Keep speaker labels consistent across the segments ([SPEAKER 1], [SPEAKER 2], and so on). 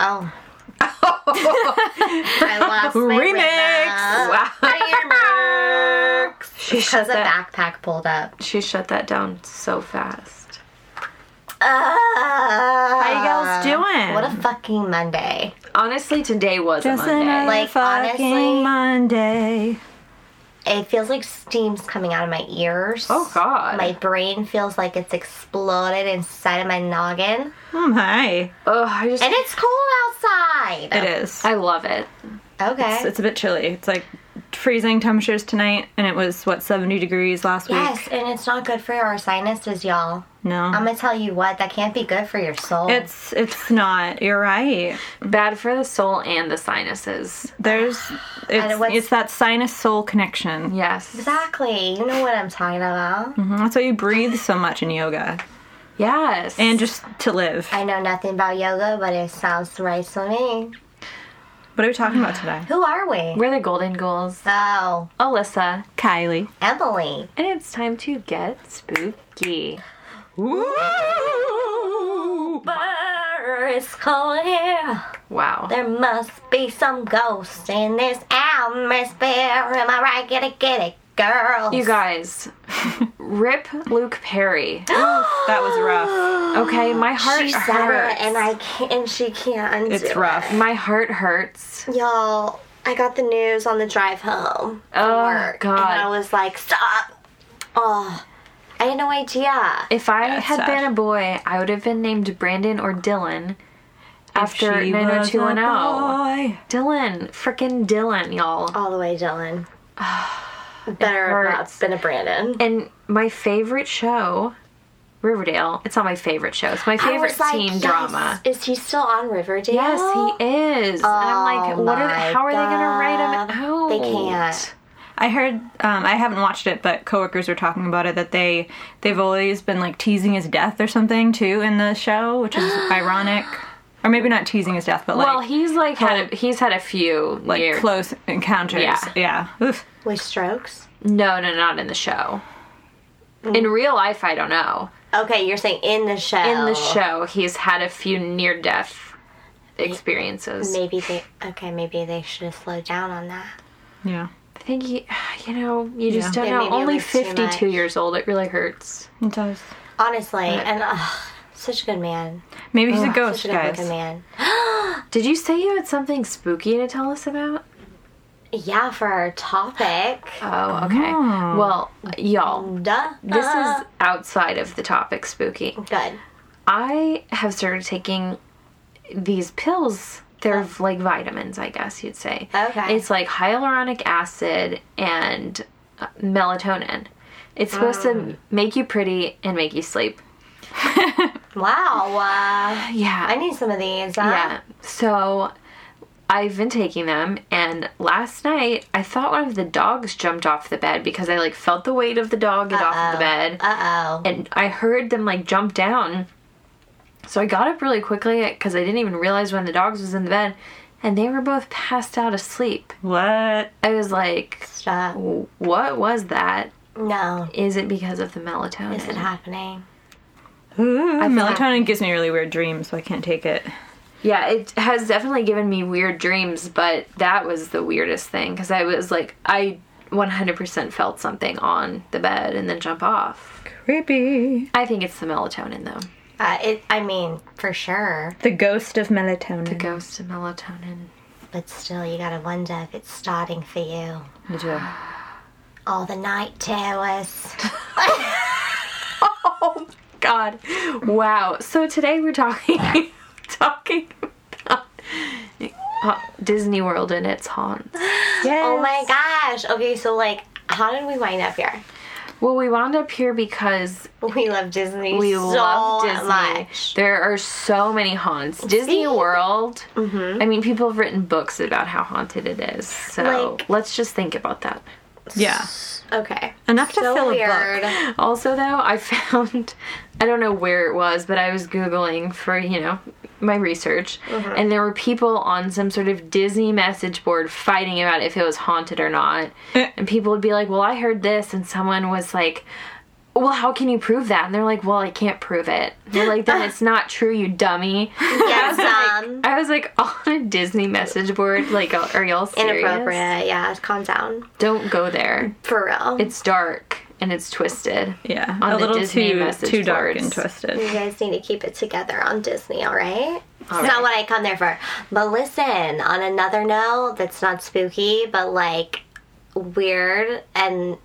[SPEAKER 1] oh.
[SPEAKER 2] She
[SPEAKER 1] Has
[SPEAKER 2] shut
[SPEAKER 1] a
[SPEAKER 2] that.
[SPEAKER 1] backpack pulled up.
[SPEAKER 2] She shut that down so fast.
[SPEAKER 1] How
[SPEAKER 2] you girls doing?
[SPEAKER 1] Ah. What a fucking Monday.
[SPEAKER 2] Honestly, today was a Monday.
[SPEAKER 1] Like, honestly-
[SPEAKER 3] Monday.
[SPEAKER 1] It feels like steam's coming out of my ears.
[SPEAKER 2] oh God.
[SPEAKER 1] My brain feels like it's exploded inside of my noggin.
[SPEAKER 3] Oh my.
[SPEAKER 2] Ugh, I just.
[SPEAKER 1] And it's cold outside.
[SPEAKER 3] It is.
[SPEAKER 2] I love it.
[SPEAKER 1] Okay.
[SPEAKER 3] It's, it's a bit chilly. It's like freezing temperatures tonight, and it was what 70 degrees last week.
[SPEAKER 1] yes, and it's not good for our sinuses, y'all.
[SPEAKER 3] No,
[SPEAKER 1] I'm gonna tell you what, that can't be good for your soul.
[SPEAKER 3] it's it's not. You're right.
[SPEAKER 2] Bad for the soul and the sinuses.
[SPEAKER 3] There's it's
[SPEAKER 1] what's-
[SPEAKER 3] it's that sinus soul connection.
[SPEAKER 2] Yes.
[SPEAKER 1] exactly. You know what I'm talking about.
[SPEAKER 3] Mhm, That's why you breathe so much in yoga,
[SPEAKER 2] Yes.
[SPEAKER 3] and just to live.
[SPEAKER 1] I know nothing about yoga, but it sounds right to me.
[SPEAKER 3] What are we talking about today?
[SPEAKER 1] Who are we?
[SPEAKER 2] we're the Golden Ghouls,
[SPEAKER 1] Oh,
[SPEAKER 2] Alyssa,
[SPEAKER 3] Kylie.
[SPEAKER 1] Emily.
[SPEAKER 2] and it's time to get spooky.
[SPEAKER 1] Bird is calling here.
[SPEAKER 2] Wow.
[SPEAKER 1] There must be some ghost in this atmosphere. Am I right? Get it, get it, girl.
[SPEAKER 2] You guys, rip Luke Perry.
[SPEAKER 3] That was rough.
[SPEAKER 2] Okay, my heart
[SPEAKER 1] She said
[SPEAKER 2] hurts.
[SPEAKER 1] it, and I can't, and she can't undo
[SPEAKER 3] It's
[SPEAKER 1] it.
[SPEAKER 3] rough.
[SPEAKER 2] my heart hurts.
[SPEAKER 1] Y'all, I got the news on the drive home. from
[SPEAKER 2] Oh,
[SPEAKER 1] work,
[SPEAKER 2] God.
[SPEAKER 1] And I was like, stop. Oh, I had no idea.
[SPEAKER 2] If I
[SPEAKER 3] it's
[SPEAKER 2] had
[SPEAKER 3] sad.
[SPEAKER 2] been a boy, I would have been named Brandon or Dylan after
[SPEAKER 3] She was a
[SPEAKER 2] 90210.
[SPEAKER 1] oh.
[SPEAKER 3] boy.
[SPEAKER 2] oh. Dylan, frickin' Dylan, y'all.
[SPEAKER 1] All the way, Dylan. Better have
[SPEAKER 2] hurts.
[SPEAKER 1] not been a Brandon.
[SPEAKER 2] And my favorite show, Riverdale. It's not my favorite show. It's my
[SPEAKER 1] I
[SPEAKER 2] favorite
[SPEAKER 1] was like,
[SPEAKER 2] teen
[SPEAKER 1] yes,
[SPEAKER 2] drama.
[SPEAKER 1] Is he still on Riverdale?
[SPEAKER 2] Yes,
[SPEAKER 3] Oh
[SPEAKER 2] he is. and I'm like,
[SPEAKER 1] Oh
[SPEAKER 2] what are
[SPEAKER 1] my
[SPEAKER 2] they, how are they going to write him
[SPEAKER 1] God.
[SPEAKER 2] out?
[SPEAKER 1] They can't.
[SPEAKER 3] I heard. Um, I haven't watched it, but coworkers were talking about it that they they've always been like teasing his death or something too in the show, which is ironic, or maybe not teasing his death, but like
[SPEAKER 2] Well, he's like had a, he's had a few
[SPEAKER 3] like
[SPEAKER 2] years.
[SPEAKER 3] close encounters.
[SPEAKER 2] Yeah.
[SPEAKER 3] yeah. Oof.
[SPEAKER 1] With strokes?
[SPEAKER 2] no, no, not in the show. In
[SPEAKER 3] Mm.
[SPEAKER 2] real life, I don't know.
[SPEAKER 1] Okay, you're saying in the show.
[SPEAKER 2] In the show, he's had a few near death experiences.
[SPEAKER 1] Maybe they. Okay, maybe they should have slowed down on that.
[SPEAKER 3] Yeah.
[SPEAKER 2] I think he, you know, you just
[SPEAKER 1] Yeah,
[SPEAKER 2] don't
[SPEAKER 1] maybe
[SPEAKER 2] know.
[SPEAKER 1] it
[SPEAKER 2] Only
[SPEAKER 1] was too much.
[SPEAKER 2] 52 years old. It really hurts.
[SPEAKER 3] It does.
[SPEAKER 1] Honestly, and ugh, such a good man.
[SPEAKER 3] Maybe he's a
[SPEAKER 1] such
[SPEAKER 3] ghost,
[SPEAKER 1] a good looking
[SPEAKER 3] guys.
[SPEAKER 1] man.
[SPEAKER 2] Did you say you had something spooky to tell us about?
[SPEAKER 1] Yeah, for our topic.
[SPEAKER 2] Oh, okay. Well, y'all,
[SPEAKER 1] Duh.
[SPEAKER 2] this
[SPEAKER 1] Uh.
[SPEAKER 2] is outside of the topic spooky.
[SPEAKER 1] good.
[SPEAKER 2] I have started taking these pills. They're like vitamins, I guess you'd say.
[SPEAKER 1] Okay.
[SPEAKER 2] It's like hyaluronic acid and uh, melatonin. It's supposed to make you pretty and make you sleep.
[SPEAKER 1] Wow. Uh,
[SPEAKER 2] Yeah.
[SPEAKER 1] I need some of these. Uh,
[SPEAKER 2] Yeah. So I've been taking them and last night I thought one of the dogs jumped off the bed because I like felt the weight of the dog get off of the bed
[SPEAKER 1] Uh oh.
[SPEAKER 2] and I heard them like jump down. So I got up really quickly because I didn't even realize one of the dogs was in the bed and they were both passed out asleep.
[SPEAKER 3] What?
[SPEAKER 2] I was like,
[SPEAKER 1] Stop.
[SPEAKER 2] "W- what was that?
[SPEAKER 1] No.
[SPEAKER 2] Is it because of the melatonin?
[SPEAKER 1] Is it happening?
[SPEAKER 3] Ooh, melatonin gives me really weird dreams, so I can't take it.
[SPEAKER 2] Yeah, it has definitely given me weird dreams, but that was the weirdest thing because I was like, I 100% felt something on the bed and then jump off.
[SPEAKER 3] Creepy.
[SPEAKER 2] I think it's the melatonin though.
[SPEAKER 1] Uh, it. I mean, for sure.
[SPEAKER 3] The ghost of melatonin.
[SPEAKER 2] Ghost of melatonin.
[SPEAKER 1] But still, you gotta wonder if it's starting for you.
[SPEAKER 3] You do.
[SPEAKER 1] All the night terrors.
[SPEAKER 2] Oh God! Wow. So today we're talking talking about uh, Disney World and its haunts.
[SPEAKER 3] Yes.
[SPEAKER 1] Oh my gosh. Okay, so like, how did we wind up here?
[SPEAKER 2] Well, we wound up here because
[SPEAKER 1] We love Disney.
[SPEAKER 2] we
[SPEAKER 1] so
[SPEAKER 2] love Disney.
[SPEAKER 1] much.
[SPEAKER 2] There are so many haunts. Disney World.
[SPEAKER 1] Mm-hmm.
[SPEAKER 2] I mean, people have written books about how haunted it is. So
[SPEAKER 1] Like-
[SPEAKER 2] let's just think about that.
[SPEAKER 3] Yeah.
[SPEAKER 1] Okay.
[SPEAKER 3] Enough to
[SPEAKER 1] so
[SPEAKER 3] fill a
[SPEAKER 1] weird.
[SPEAKER 3] book.
[SPEAKER 2] Also, though, I found I don't know where it was, but I was googling for you know my research,
[SPEAKER 3] Uh-huh.
[SPEAKER 2] and there were people on some sort of Disney message board fighting about if it was haunted or not, and people would be like, "Well, I heard this," and someone was like. well, how can you prove that? And they're like, well, I can't prove it. They're like, then it's not true, you dummy.
[SPEAKER 1] Yeah, some
[SPEAKER 2] I was like, on a Disney message board, like, are y'all serious?
[SPEAKER 1] inappropriate. Yeah, calm down.
[SPEAKER 2] Don't go there.
[SPEAKER 1] For real.
[SPEAKER 2] It's dark and it's twisted.
[SPEAKER 3] Yeah,
[SPEAKER 2] On
[SPEAKER 3] a
[SPEAKER 2] the
[SPEAKER 3] little
[SPEAKER 2] Disney
[SPEAKER 3] too
[SPEAKER 2] message
[SPEAKER 3] too dark
[SPEAKER 2] boards.
[SPEAKER 3] and twisted.
[SPEAKER 1] You guys need to keep it together on Disney, all right? It's
[SPEAKER 2] All right.
[SPEAKER 1] not what I come there for. But listen, on another note, that's not spooky, but like weird and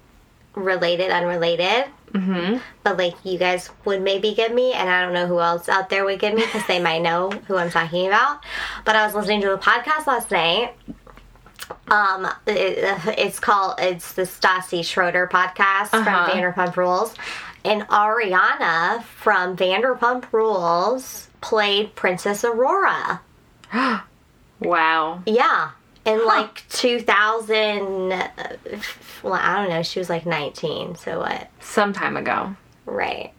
[SPEAKER 1] related, unrelated. Mm-hmm. But like you guys would maybe give me, and I don't know who else out there would give me because they might know who I'm talking about. But I was listening to a podcast last night. Um, it- it's called it's the Stassi Schroeder podcast
[SPEAKER 2] Uh-huh.
[SPEAKER 1] from Vanderpump Rules, and Ariana from Vanderpump Rules played Princess Aurora.
[SPEAKER 2] Wow.
[SPEAKER 1] Yeah. In like 2000, uh, f- well, I don't know. She was like 19, so what?
[SPEAKER 2] Some time ago.
[SPEAKER 1] Right.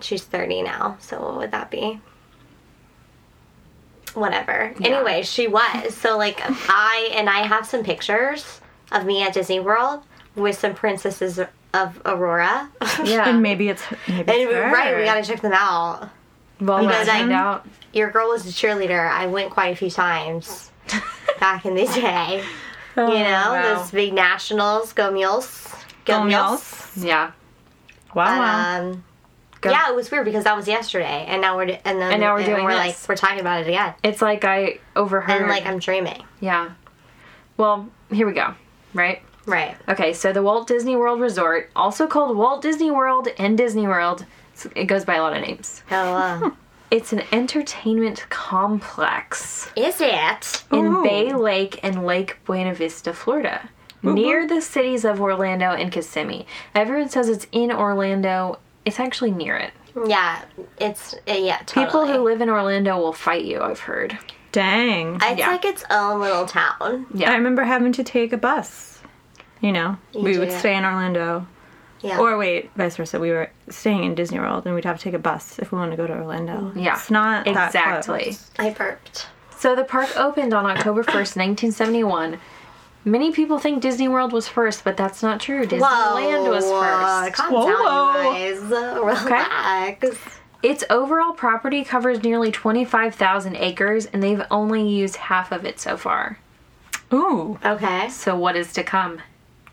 [SPEAKER 1] She's 30 now, so what would that be? Whatever. Anyway, she was. So, like, I and I have some pictures of me at Disney World with some princesses of Aurora.
[SPEAKER 2] Yeah.
[SPEAKER 3] And maybe it's maybe
[SPEAKER 1] And
[SPEAKER 3] it's
[SPEAKER 1] we- right, we
[SPEAKER 3] her.
[SPEAKER 1] gotta check them out.
[SPEAKER 2] well, let's
[SPEAKER 1] guys, I-
[SPEAKER 2] find out.
[SPEAKER 1] Your girl was a cheerleader. I went quite a few times back in the day.
[SPEAKER 3] Oh,
[SPEAKER 1] you know,
[SPEAKER 2] wow.
[SPEAKER 1] those big nationals, go mules.
[SPEAKER 3] Go Mules.
[SPEAKER 2] Yeah.
[SPEAKER 3] Wow, wow.
[SPEAKER 2] Oh,
[SPEAKER 1] Um,
[SPEAKER 2] Go-
[SPEAKER 1] Yeah, it was weird because that was yesterday, and now we're d- and then
[SPEAKER 2] And now we're doing
[SPEAKER 1] we're
[SPEAKER 2] this.
[SPEAKER 1] like we're talking about it again,
[SPEAKER 2] It's like I overheard.
[SPEAKER 1] and like I'm dreaming,
[SPEAKER 2] yeah. Well, here we go. Right?
[SPEAKER 1] right?
[SPEAKER 2] Okay, so the Walt Disney World Resort, also called Walt Disney World and Disney World, it's- it goes by a lot of names.
[SPEAKER 1] Oh, uh,
[SPEAKER 2] It's an entertainment complex
[SPEAKER 1] is it?
[SPEAKER 2] in
[SPEAKER 3] Ooh.
[SPEAKER 2] Bay Lake and Lake Buena Vista, Florida, near the cities of Orlando and Kissimmee. Everyone says it's in Orlando. It's actually near it.
[SPEAKER 1] Yeah, it's uh, yeah. Totally.
[SPEAKER 2] People who live in Orlando will fight you, I've heard.
[SPEAKER 3] Dang. I,
[SPEAKER 1] it's
[SPEAKER 2] yeah.
[SPEAKER 1] like its own little town.
[SPEAKER 2] Yeah.
[SPEAKER 3] remember having to take a bus. You know, we would
[SPEAKER 1] did.
[SPEAKER 3] stay in Orlando,
[SPEAKER 1] Yeah,
[SPEAKER 3] or wait, vice versa. We were staying in Disney World, and we'd have to take a bus if we wanted to go to Orlando.
[SPEAKER 2] Yeah.
[SPEAKER 3] it's not that
[SPEAKER 2] exactly.
[SPEAKER 3] close.
[SPEAKER 1] I burped.
[SPEAKER 2] So the park opened on October 1st, 1971. Many people think Disney World was first, but that's not true.
[SPEAKER 1] Whoa,
[SPEAKER 2] Disneyland was
[SPEAKER 1] whoa,
[SPEAKER 2] first.
[SPEAKER 1] calm
[SPEAKER 3] Whoa, whoa.
[SPEAKER 1] down, you guys. Uh, Relax.
[SPEAKER 2] Its overall property covers nearly 25,000 acres, and they've only used half of it so far.
[SPEAKER 3] Ooh,
[SPEAKER 1] Okay.
[SPEAKER 2] So what is to come?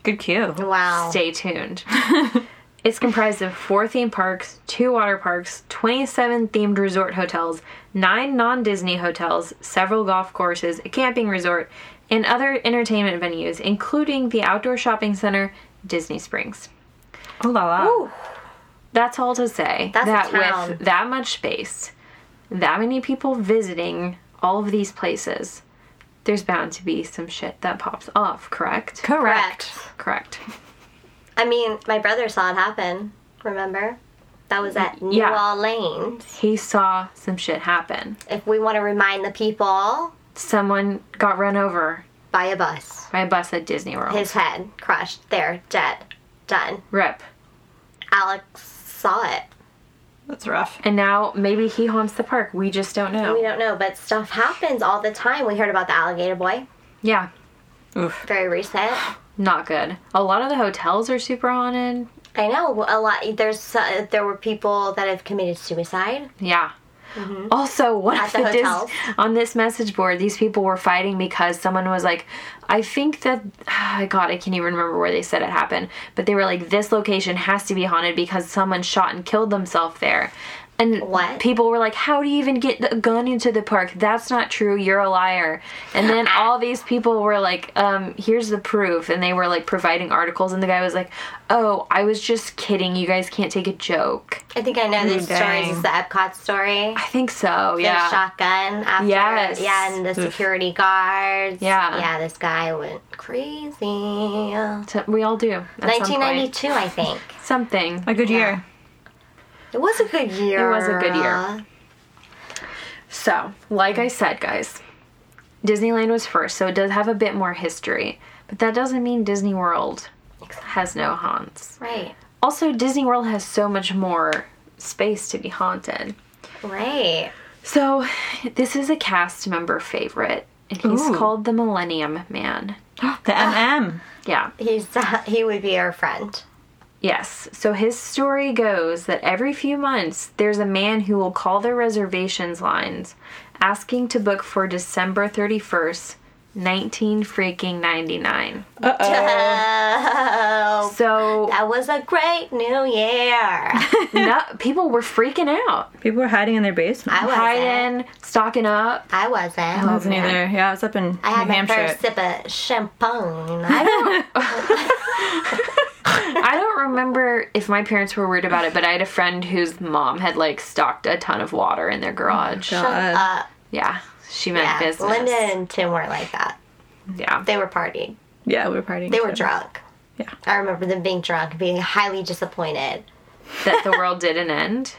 [SPEAKER 3] good cue.
[SPEAKER 1] Wow.
[SPEAKER 2] Stay tuned. it's comprised of four theme parks, two water parks, 27 themed resort hotels, nine non Disney hotels, several golf courses, a camping resort, and other entertainment venues, including the outdoor shopping center, Disney Springs.
[SPEAKER 3] Ooh Oh, la la.
[SPEAKER 1] Ooh.
[SPEAKER 2] That's all to say
[SPEAKER 1] That's a
[SPEAKER 2] that
[SPEAKER 1] town.
[SPEAKER 2] with that much space, that many people visiting all of these places, there's bound to be some shit that pops off, correct?
[SPEAKER 3] Correct.
[SPEAKER 2] Correct.
[SPEAKER 1] I mean, my brother saw it happen. Remember? That was at New
[SPEAKER 2] Yeah.
[SPEAKER 1] Orleans.
[SPEAKER 2] He saw some shit happen.
[SPEAKER 1] If we want to remind the people,
[SPEAKER 2] someone got run over
[SPEAKER 1] buy a bus.
[SPEAKER 2] by a bus at Disney World.
[SPEAKER 1] His head crushed. There, dead, done.
[SPEAKER 2] Rip.
[SPEAKER 1] Alex saw it.
[SPEAKER 3] That's rough.
[SPEAKER 2] And now maybe he haunts the park. We just don't know.
[SPEAKER 1] We don't know, but stuff happens all the time. We heard about the alligator boy.
[SPEAKER 2] Yeah,
[SPEAKER 3] Oof.
[SPEAKER 1] Very recent.
[SPEAKER 2] not good. A lot of the hotels are super haunted.
[SPEAKER 1] I know a lot. There's uh, there were people that have committed suicide.
[SPEAKER 2] Yeah. Also, what
[SPEAKER 1] Mm-hmm. At
[SPEAKER 2] if
[SPEAKER 1] the
[SPEAKER 2] the Dis-
[SPEAKER 1] hotels.
[SPEAKER 2] on this message board, these people were fighting because someone was like, I think that, God, I can't even remember where they said it happened, but they were like, this location has to be haunted because someone shot and killed themselves there. And
[SPEAKER 1] What?
[SPEAKER 2] people were like, How do you even get a gun into the park? That's not true. You're a liar. And then all these people were like, um, Here's the proof. And they were like providing articles. And the guy was like, Oh, I was just kidding. You guys can't take a joke.
[SPEAKER 1] I think I know this story. This
[SPEAKER 3] dang.
[SPEAKER 1] is the Epcot story.
[SPEAKER 2] I think so. Mm, Yeah.
[SPEAKER 1] The shotgun after.
[SPEAKER 2] Yes.
[SPEAKER 1] Yeah, and the security guards.
[SPEAKER 2] Yeah.
[SPEAKER 1] Yeah, this guy went crazy.
[SPEAKER 2] So we all do. at some point.
[SPEAKER 1] 1992, I think.
[SPEAKER 2] Something.
[SPEAKER 3] A good year.
[SPEAKER 1] It was a good year.
[SPEAKER 2] It was a good year. So, like I said, guys, Disneyland was first, so it does have a bit more history. But that doesn't mean Disney World has no haunts.
[SPEAKER 1] Right.
[SPEAKER 2] Also, Disney World has so much more space to be haunted.
[SPEAKER 1] Right.
[SPEAKER 2] So, this is a cast member favorite, and he's
[SPEAKER 3] Ooh.
[SPEAKER 2] called the Millennium Man.
[SPEAKER 3] The MM.
[SPEAKER 2] Yeah.
[SPEAKER 1] He's he would be our friend.
[SPEAKER 2] Yes. So his story goes that every few months there's a man who will call their reservations lines asking to book for December 31st, 19 freaking 99.
[SPEAKER 1] Oh,
[SPEAKER 2] So
[SPEAKER 1] that was a great new year.
[SPEAKER 2] no, people were freaking out.
[SPEAKER 3] People were hiding in their basement.
[SPEAKER 1] I wasn't.
[SPEAKER 2] Hiding, stocking up.
[SPEAKER 1] I wasn't.
[SPEAKER 3] I wasn't either. Yeah, I was up in
[SPEAKER 1] I had
[SPEAKER 3] New
[SPEAKER 1] my
[SPEAKER 3] Hampshire.
[SPEAKER 1] first sip of champagne. I don't
[SPEAKER 2] I don't remember if my parents were worried about it, but I had a friend whose mom had like stocked a ton of water in their garage.
[SPEAKER 3] God.
[SPEAKER 1] shut up.
[SPEAKER 2] yeah. She meant
[SPEAKER 1] Oh Uh, Yeah,
[SPEAKER 2] business.
[SPEAKER 1] Linda and Tim weren't like that.
[SPEAKER 2] Yeah.
[SPEAKER 1] They were partying.
[SPEAKER 3] Yeah, we were partying.
[SPEAKER 1] They were
[SPEAKER 3] so-
[SPEAKER 1] drunk.
[SPEAKER 3] Yeah.
[SPEAKER 1] I remember them being drunk, being highly disappointed.
[SPEAKER 2] that the world didn't end.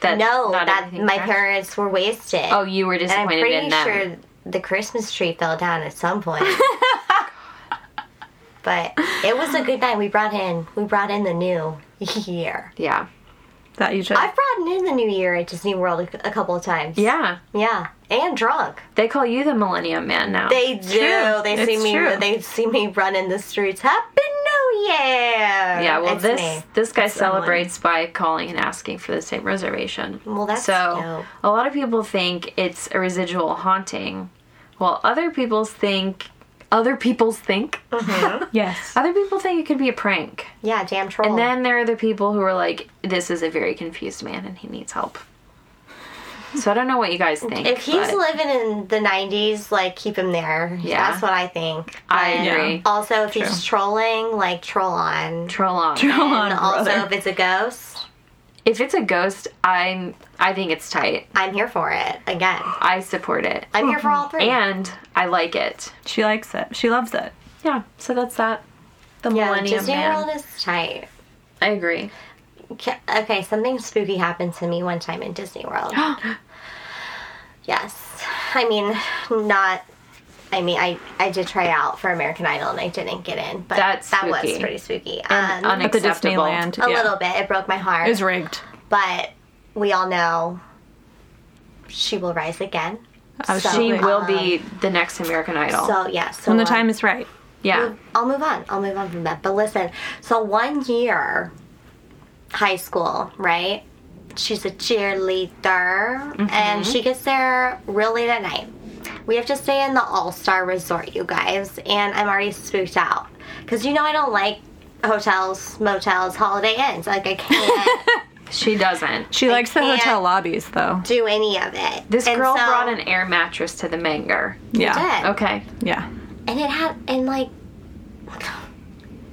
[SPEAKER 2] That
[SPEAKER 1] No,
[SPEAKER 2] not
[SPEAKER 1] that
[SPEAKER 2] everything
[SPEAKER 1] my
[SPEAKER 2] crashed?
[SPEAKER 1] parents were wasted.
[SPEAKER 2] Oh, you were
[SPEAKER 1] and I'm
[SPEAKER 2] disappointed
[SPEAKER 1] pretty
[SPEAKER 2] in them.
[SPEAKER 1] sure the Christmas tree fell down at some point. but it was a good night. We brought in we brought in the new year.
[SPEAKER 2] Yeah.
[SPEAKER 3] That you just.
[SPEAKER 1] I've brought in the new year at Disney World a, a couple of times.
[SPEAKER 2] Yeah.
[SPEAKER 1] Yeah, and drunk.
[SPEAKER 2] They call you the Millennium Man now.
[SPEAKER 1] They do.
[SPEAKER 3] true.
[SPEAKER 1] They
[SPEAKER 3] It's
[SPEAKER 1] see me.
[SPEAKER 3] true.
[SPEAKER 1] They see me run in the streets. Happy New Year!
[SPEAKER 2] yeah, well
[SPEAKER 1] It's
[SPEAKER 2] this
[SPEAKER 1] me.
[SPEAKER 2] this guy celebrates by calling and asking for the same reservation.
[SPEAKER 1] Well, that's
[SPEAKER 2] so
[SPEAKER 1] dope.
[SPEAKER 2] a lot of people think it's a residual haunting, while other people's think other people's think
[SPEAKER 3] yes.
[SPEAKER 2] other people think it could be a prank.
[SPEAKER 1] Yeah, damn troll.
[SPEAKER 2] And then there are the people who are like, this is a very confused man and he needs help. So I don't know what you guys think.
[SPEAKER 1] if he's
[SPEAKER 2] but-
[SPEAKER 1] living in the '90s, like keep him there.
[SPEAKER 2] Yeah.
[SPEAKER 1] that's what I think.
[SPEAKER 2] I
[SPEAKER 1] And
[SPEAKER 2] agree.
[SPEAKER 1] Also, if he's trolling, like troll on.
[SPEAKER 2] troll on.
[SPEAKER 3] Come on,
[SPEAKER 1] and also,
[SPEAKER 3] brother.
[SPEAKER 1] if it's a ghost,
[SPEAKER 2] If it's a ghost, I'm I think it's tight.
[SPEAKER 1] I'm here for it. Again,
[SPEAKER 2] I support it.
[SPEAKER 1] I'm here for all three.
[SPEAKER 2] And I like it.
[SPEAKER 3] She likes it. She loves it.
[SPEAKER 2] Yeah, so that's that. The
[SPEAKER 1] yeah,
[SPEAKER 2] Millennium
[SPEAKER 1] Disney
[SPEAKER 2] Man.
[SPEAKER 1] World is tight.
[SPEAKER 2] I agree.
[SPEAKER 1] Ca- Okay, something spooky happened to me one time in Disney World. yes. I mean, not. I mean, I, I did try out for American Idol and I didn't get in, but
[SPEAKER 2] That's
[SPEAKER 1] that was
[SPEAKER 2] spooky.
[SPEAKER 1] pretty spooky.
[SPEAKER 2] And
[SPEAKER 1] Um,
[SPEAKER 3] At the
[SPEAKER 2] Acceptable.
[SPEAKER 3] Disneyland.
[SPEAKER 1] a
[SPEAKER 3] yeah.
[SPEAKER 1] little bit. It broke my heart.
[SPEAKER 3] It was rigged.
[SPEAKER 1] but we all know she will rise again.
[SPEAKER 3] Absolutely.
[SPEAKER 2] She
[SPEAKER 1] So,
[SPEAKER 2] will be the next American Idol.
[SPEAKER 1] So, yeah. So
[SPEAKER 3] When the
[SPEAKER 1] um,
[SPEAKER 3] time is right.
[SPEAKER 2] yeah.
[SPEAKER 1] I'll move on. I'll move on from that. But listen, so one year, high school, right? She's a cheerleader,
[SPEAKER 2] Mm-hmm.
[SPEAKER 1] and she gets there real late at night. We have to stay in the All Star Resort, you guys, and I'm already spooked out because you know I don't like hotels, motels, Holiday Inns. Like I can't
[SPEAKER 2] She doesn't.
[SPEAKER 3] She likes the
[SPEAKER 1] can't-
[SPEAKER 3] hotel lobbies, though.
[SPEAKER 1] do any of it.
[SPEAKER 2] This
[SPEAKER 1] And
[SPEAKER 2] girl
[SPEAKER 1] so-
[SPEAKER 2] brought an air mattress to the manger.
[SPEAKER 3] Yeah.
[SPEAKER 1] Dead.
[SPEAKER 2] Okay.
[SPEAKER 3] Yeah.
[SPEAKER 1] and it had and like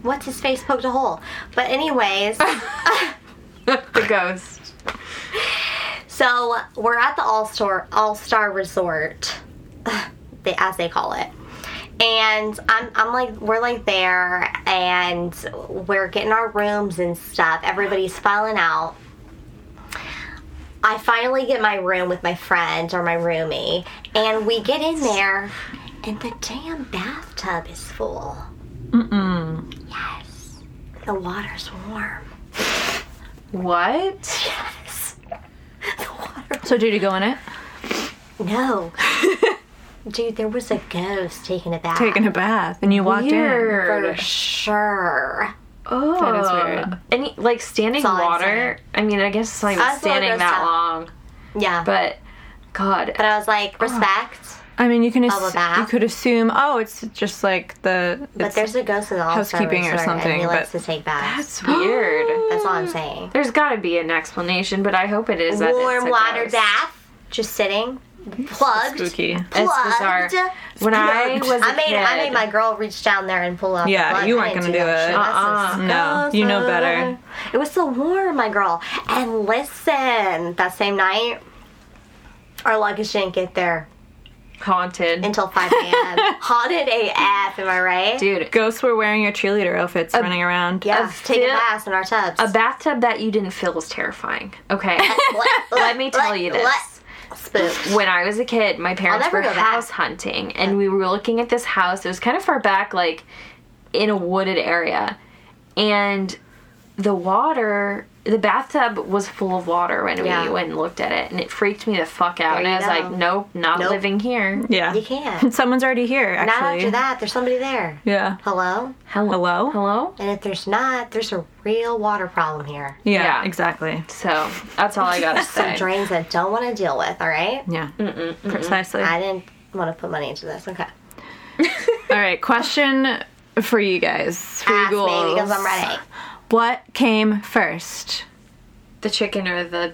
[SPEAKER 1] what's his face poked a hole but anyways
[SPEAKER 2] the ghost.
[SPEAKER 1] so we're at the all star all star resort they, as they call it and I'm, I'm like we're like there and we're getting our rooms and stuff everybody's filing out i finally get my room with my friend or my roomie and we get in there and the damn bathtub is full
[SPEAKER 3] Mm-mm.
[SPEAKER 1] the water's warm
[SPEAKER 2] What?
[SPEAKER 1] Yes. The water.
[SPEAKER 3] So did you go in it?
[SPEAKER 1] No. Dude, there was a ghost taking a bath.
[SPEAKER 3] Taking a bath, and you walked in.
[SPEAKER 1] for
[SPEAKER 2] Weird.
[SPEAKER 1] sure.
[SPEAKER 2] Oh.
[SPEAKER 3] That is weird.
[SPEAKER 2] And like standing
[SPEAKER 1] all I'm
[SPEAKER 2] water. I mean, I guess it's not
[SPEAKER 1] I
[SPEAKER 2] even
[SPEAKER 1] saw a
[SPEAKER 2] standing
[SPEAKER 1] ghost
[SPEAKER 2] that
[SPEAKER 1] out.
[SPEAKER 2] long,
[SPEAKER 1] Yeah. But,
[SPEAKER 2] but God,
[SPEAKER 1] I was like, respect.
[SPEAKER 3] I mean, you can ass-
[SPEAKER 1] bath.
[SPEAKER 3] you could assume, oh, it's just like the.
[SPEAKER 1] but
[SPEAKER 3] it's-
[SPEAKER 1] there's a ghost in the All-Star
[SPEAKER 3] housekeeping or
[SPEAKER 1] Resort And
[SPEAKER 3] something,
[SPEAKER 1] he likes
[SPEAKER 3] but-
[SPEAKER 1] to take baths.
[SPEAKER 2] that's weird.
[SPEAKER 1] That's all I'm saying.
[SPEAKER 2] There's got to be an explanation, but I hope it is that it's
[SPEAKER 1] Warm
[SPEAKER 2] a
[SPEAKER 1] water
[SPEAKER 2] ghost.
[SPEAKER 1] bath. Just sitting. Plugged.
[SPEAKER 3] spooky.
[SPEAKER 2] It's
[SPEAKER 1] Plugged.
[SPEAKER 2] bizarre. When I
[SPEAKER 3] Plugged.
[SPEAKER 2] was a
[SPEAKER 1] I made I
[SPEAKER 2] kid-
[SPEAKER 1] made my girl reach down there and pull out. the
[SPEAKER 3] Yeah,
[SPEAKER 1] plug.
[SPEAKER 3] you
[SPEAKER 1] I
[SPEAKER 3] weren't
[SPEAKER 1] didn't
[SPEAKER 3] gonna do
[SPEAKER 1] that
[SPEAKER 3] it.
[SPEAKER 1] shit. That's
[SPEAKER 2] Uh-uh.
[SPEAKER 3] No, you know better.
[SPEAKER 1] It was so warm, my girl. And listen, that same night, our luggage didn't get there
[SPEAKER 2] haunted.
[SPEAKER 1] until 5 a.m. Haunted AF, am I right?
[SPEAKER 2] Dude,
[SPEAKER 3] Ghosts were wearing your cheerleader outfits, running around.
[SPEAKER 1] yeah,
[SPEAKER 2] a
[SPEAKER 1] take a
[SPEAKER 2] fi-
[SPEAKER 1] bath in our tubs.
[SPEAKER 2] a bathtub that you didn't feel was terrifying. Okay. Let me tell you this.
[SPEAKER 1] Spook.
[SPEAKER 2] when I was a kid, my parents
[SPEAKER 1] never
[SPEAKER 2] were
[SPEAKER 1] go back.
[SPEAKER 2] house hunting, and we were looking at this house. It was kind of far back, like in a wooded area, and the water, the bathtub was full of water when
[SPEAKER 1] Yeah.
[SPEAKER 2] we went and looked at it, and it freaked me the fuck out.
[SPEAKER 1] There
[SPEAKER 2] and I
[SPEAKER 1] you
[SPEAKER 2] was
[SPEAKER 1] go.
[SPEAKER 2] like, nope, not
[SPEAKER 1] Nope.
[SPEAKER 2] living here.
[SPEAKER 3] Yeah.
[SPEAKER 1] You can't.
[SPEAKER 3] Someone's already here, actually.
[SPEAKER 1] Not after that. There's somebody there.
[SPEAKER 3] Yeah.
[SPEAKER 1] Hello?
[SPEAKER 2] Hello.
[SPEAKER 3] Hello?
[SPEAKER 2] Hello.
[SPEAKER 1] And if there's not, there's a real water problem here.
[SPEAKER 3] Yeah,
[SPEAKER 2] Yeah.
[SPEAKER 3] exactly.
[SPEAKER 2] So that's all I gotta say.
[SPEAKER 1] Some drains that don't want to deal with, all right?
[SPEAKER 3] Yeah. Precisely.
[SPEAKER 1] I didn't want to put money into this. Okay.
[SPEAKER 3] All right, question for you guys. For you
[SPEAKER 1] Ask me
[SPEAKER 3] ghouls.
[SPEAKER 1] because I'm ready.
[SPEAKER 3] What came first?
[SPEAKER 2] the chicken or the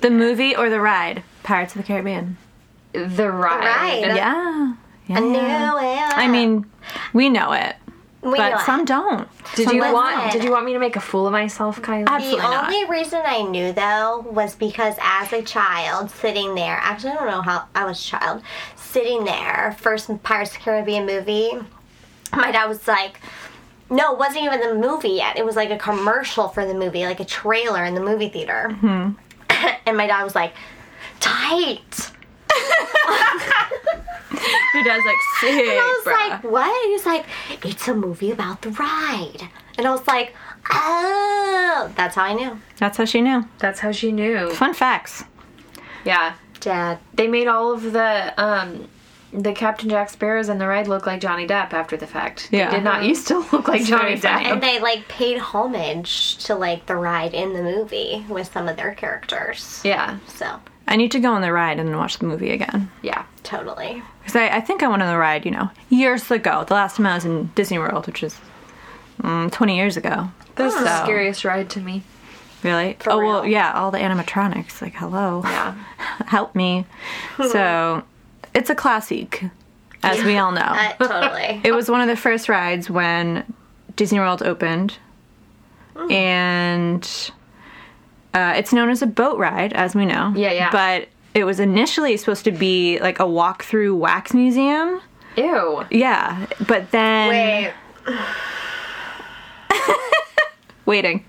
[SPEAKER 3] The movie or the ride? Pirates of the Caribbean.
[SPEAKER 2] the ride.
[SPEAKER 1] ride. Yeah.
[SPEAKER 3] Yeah. Yeah.
[SPEAKER 1] I knew it.
[SPEAKER 3] I mean, we know it,
[SPEAKER 1] Uh, we
[SPEAKER 3] but
[SPEAKER 1] knew it.
[SPEAKER 3] some don't.
[SPEAKER 2] Did
[SPEAKER 3] Some
[SPEAKER 2] you
[SPEAKER 3] don't.
[SPEAKER 2] want?
[SPEAKER 1] listen. Uh,
[SPEAKER 2] Did you want me to make a fool of myself, Kylie?
[SPEAKER 1] The
[SPEAKER 3] Absolutely not.
[SPEAKER 1] only reason I knew though was because as a child sitting there, actually I don't know how I was a child, sitting there, first Pirates of the Caribbean movie, my dad was like, no, it wasn't even the movie yet. It was like a commercial for the movie, like a trailer in the movie theater.
[SPEAKER 3] Mm-hmm.
[SPEAKER 1] and my dad was like, tight.
[SPEAKER 3] Your dad's like, sick,
[SPEAKER 1] And I was
[SPEAKER 3] bruh."
[SPEAKER 1] like, what? He was like, it's a movie about the ride. And I was like, oh, that's how I knew.
[SPEAKER 3] That's how she knew.
[SPEAKER 2] That's how she knew.
[SPEAKER 3] Fun facts.
[SPEAKER 2] Yeah.
[SPEAKER 1] Dad.
[SPEAKER 2] They made all of the um the Captain Jack Sparrows and the ride look like Johnny Depp after the fact.
[SPEAKER 3] Yeah.
[SPEAKER 2] They did not used to look like Johnny
[SPEAKER 3] very funny.
[SPEAKER 2] Depp.
[SPEAKER 1] And they like paid homage to like the ride in the movie with some of their characters.
[SPEAKER 2] Yeah.
[SPEAKER 1] So
[SPEAKER 3] I need to go on the ride and watch the movie again.
[SPEAKER 2] Yeah.
[SPEAKER 1] totally.
[SPEAKER 3] Because I, I think I went on the ride, you know, years ago. The last time I was in Disney World, which is mm, 20 years ago.
[SPEAKER 2] That's the
[SPEAKER 3] So-
[SPEAKER 2] scariest ride to me.
[SPEAKER 3] Really? oh, well,
[SPEAKER 1] real.
[SPEAKER 3] yeah, all the animatronics. Like, hello.
[SPEAKER 2] Yeah.
[SPEAKER 3] Help me. so, it's a classic, as we all know.
[SPEAKER 1] Uh, totally.
[SPEAKER 3] it was one of the first rides when Disney World opened. And uh, it's known as a boat ride, as we know.
[SPEAKER 2] Yeah, yeah.
[SPEAKER 3] But it was initially supposed to be like a walk-through wax museum.
[SPEAKER 2] Ew.
[SPEAKER 3] Yeah, but then
[SPEAKER 1] Wait,
[SPEAKER 3] waiting.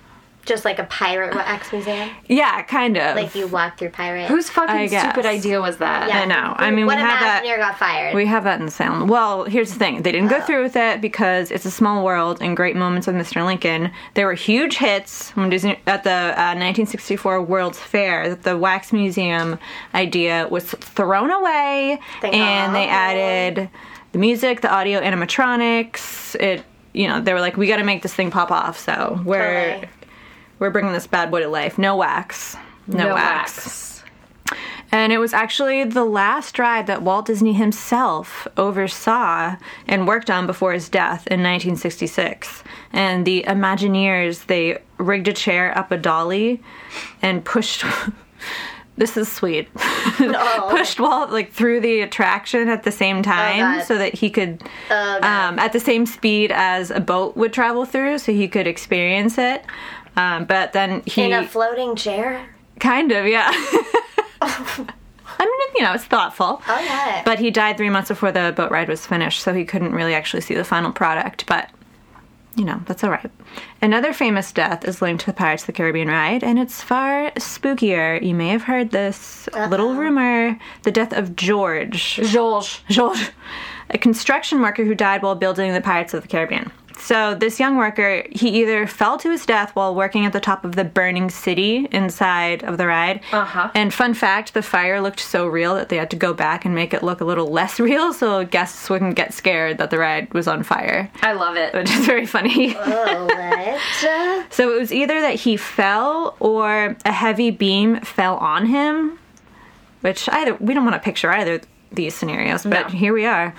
[SPEAKER 1] just like a pirate wax museum?
[SPEAKER 3] Yeah, kind of.
[SPEAKER 1] Like you walk through pirate.
[SPEAKER 2] Whose
[SPEAKER 3] I
[SPEAKER 2] fucking
[SPEAKER 3] guess.
[SPEAKER 2] stupid idea was that?
[SPEAKER 3] I know. I mean,
[SPEAKER 1] what
[SPEAKER 3] we have that.
[SPEAKER 1] Imagineer got fired?
[SPEAKER 3] We have that in the Salem. Well, here's the thing: they didn't go through with it because it's a small world and great moments with Mr. Lincoln. There were huge hits when Disney at the uh, 1964 World's Fair that the wax museum idea was thrown away,
[SPEAKER 1] Thank
[SPEAKER 3] and they
[SPEAKER 1] God.
[SPEAKER 3] added the music, the audio, animatronics. It, you know, they were like, we got to make this thing pop off. So we're
[SPEAKER 1] Totally.
[SPEAKER 3] we're bringing this bad boy to life. No wax. No, wax. And it was actually the last ride that Walt Disney himself oversaw and worked on before his death in 1966. And the Imagineers, they rigged a chair up a dolly and pushed. this is sweet.
[SPEAKER 1] Oh.
[SPEAKER 3] pushed Walt like through the attraction at the same time
[SPEAKER 1] God.
[SPEAKER 3] so that he could
[SPEAKER 1] Oh, God.
[SPEAKER 3] um, at the same speed as a boat would travel through so he could experience it. Um, but then he
[SPEAKER 1] in a floating chair?
[SPEAKER 3] Kind of, yeah. I mean, you know, it's thoughtful.
[SPEAKER 1] Oh, yeah.
[SPEAKER 3] But he died three months before the boat ride was finished, so he couldn't really actually see the final product. But, you know, that's all right. Another famous death is linked to the Pirates of the Caribbean ride, and it's far spookier. You may have heard this
[SPEAKER 1] Uh-huh.
[SPEAKER 3] little rumor the death of George.
[SPEAKER 2] George.
[SPEAKER 3] George, a construction worker who died while building the Pirates of the Caribbean. So, this young worker, he either fell to his death while working at the top of the burning city inside of the ride.
[SPEAKER 2] Uh-huh.
[SPEAKER 3] And fun fact the fire looked so real that they had to go back and make it look a little less real so guests wouldn't get scared that the ride was on fire,
[SPEAKER 2] I love it.
[SPEAKER 3] which is very funny.
[SPEAKER 1] Oh, what?
[SPEAKER 3] So, it was either that he fell or a heavy beam fell on him, which either we don't want to picture either of these scenarios, but
[SPEAKER 2] No.
[SPEAKER 3] here we are.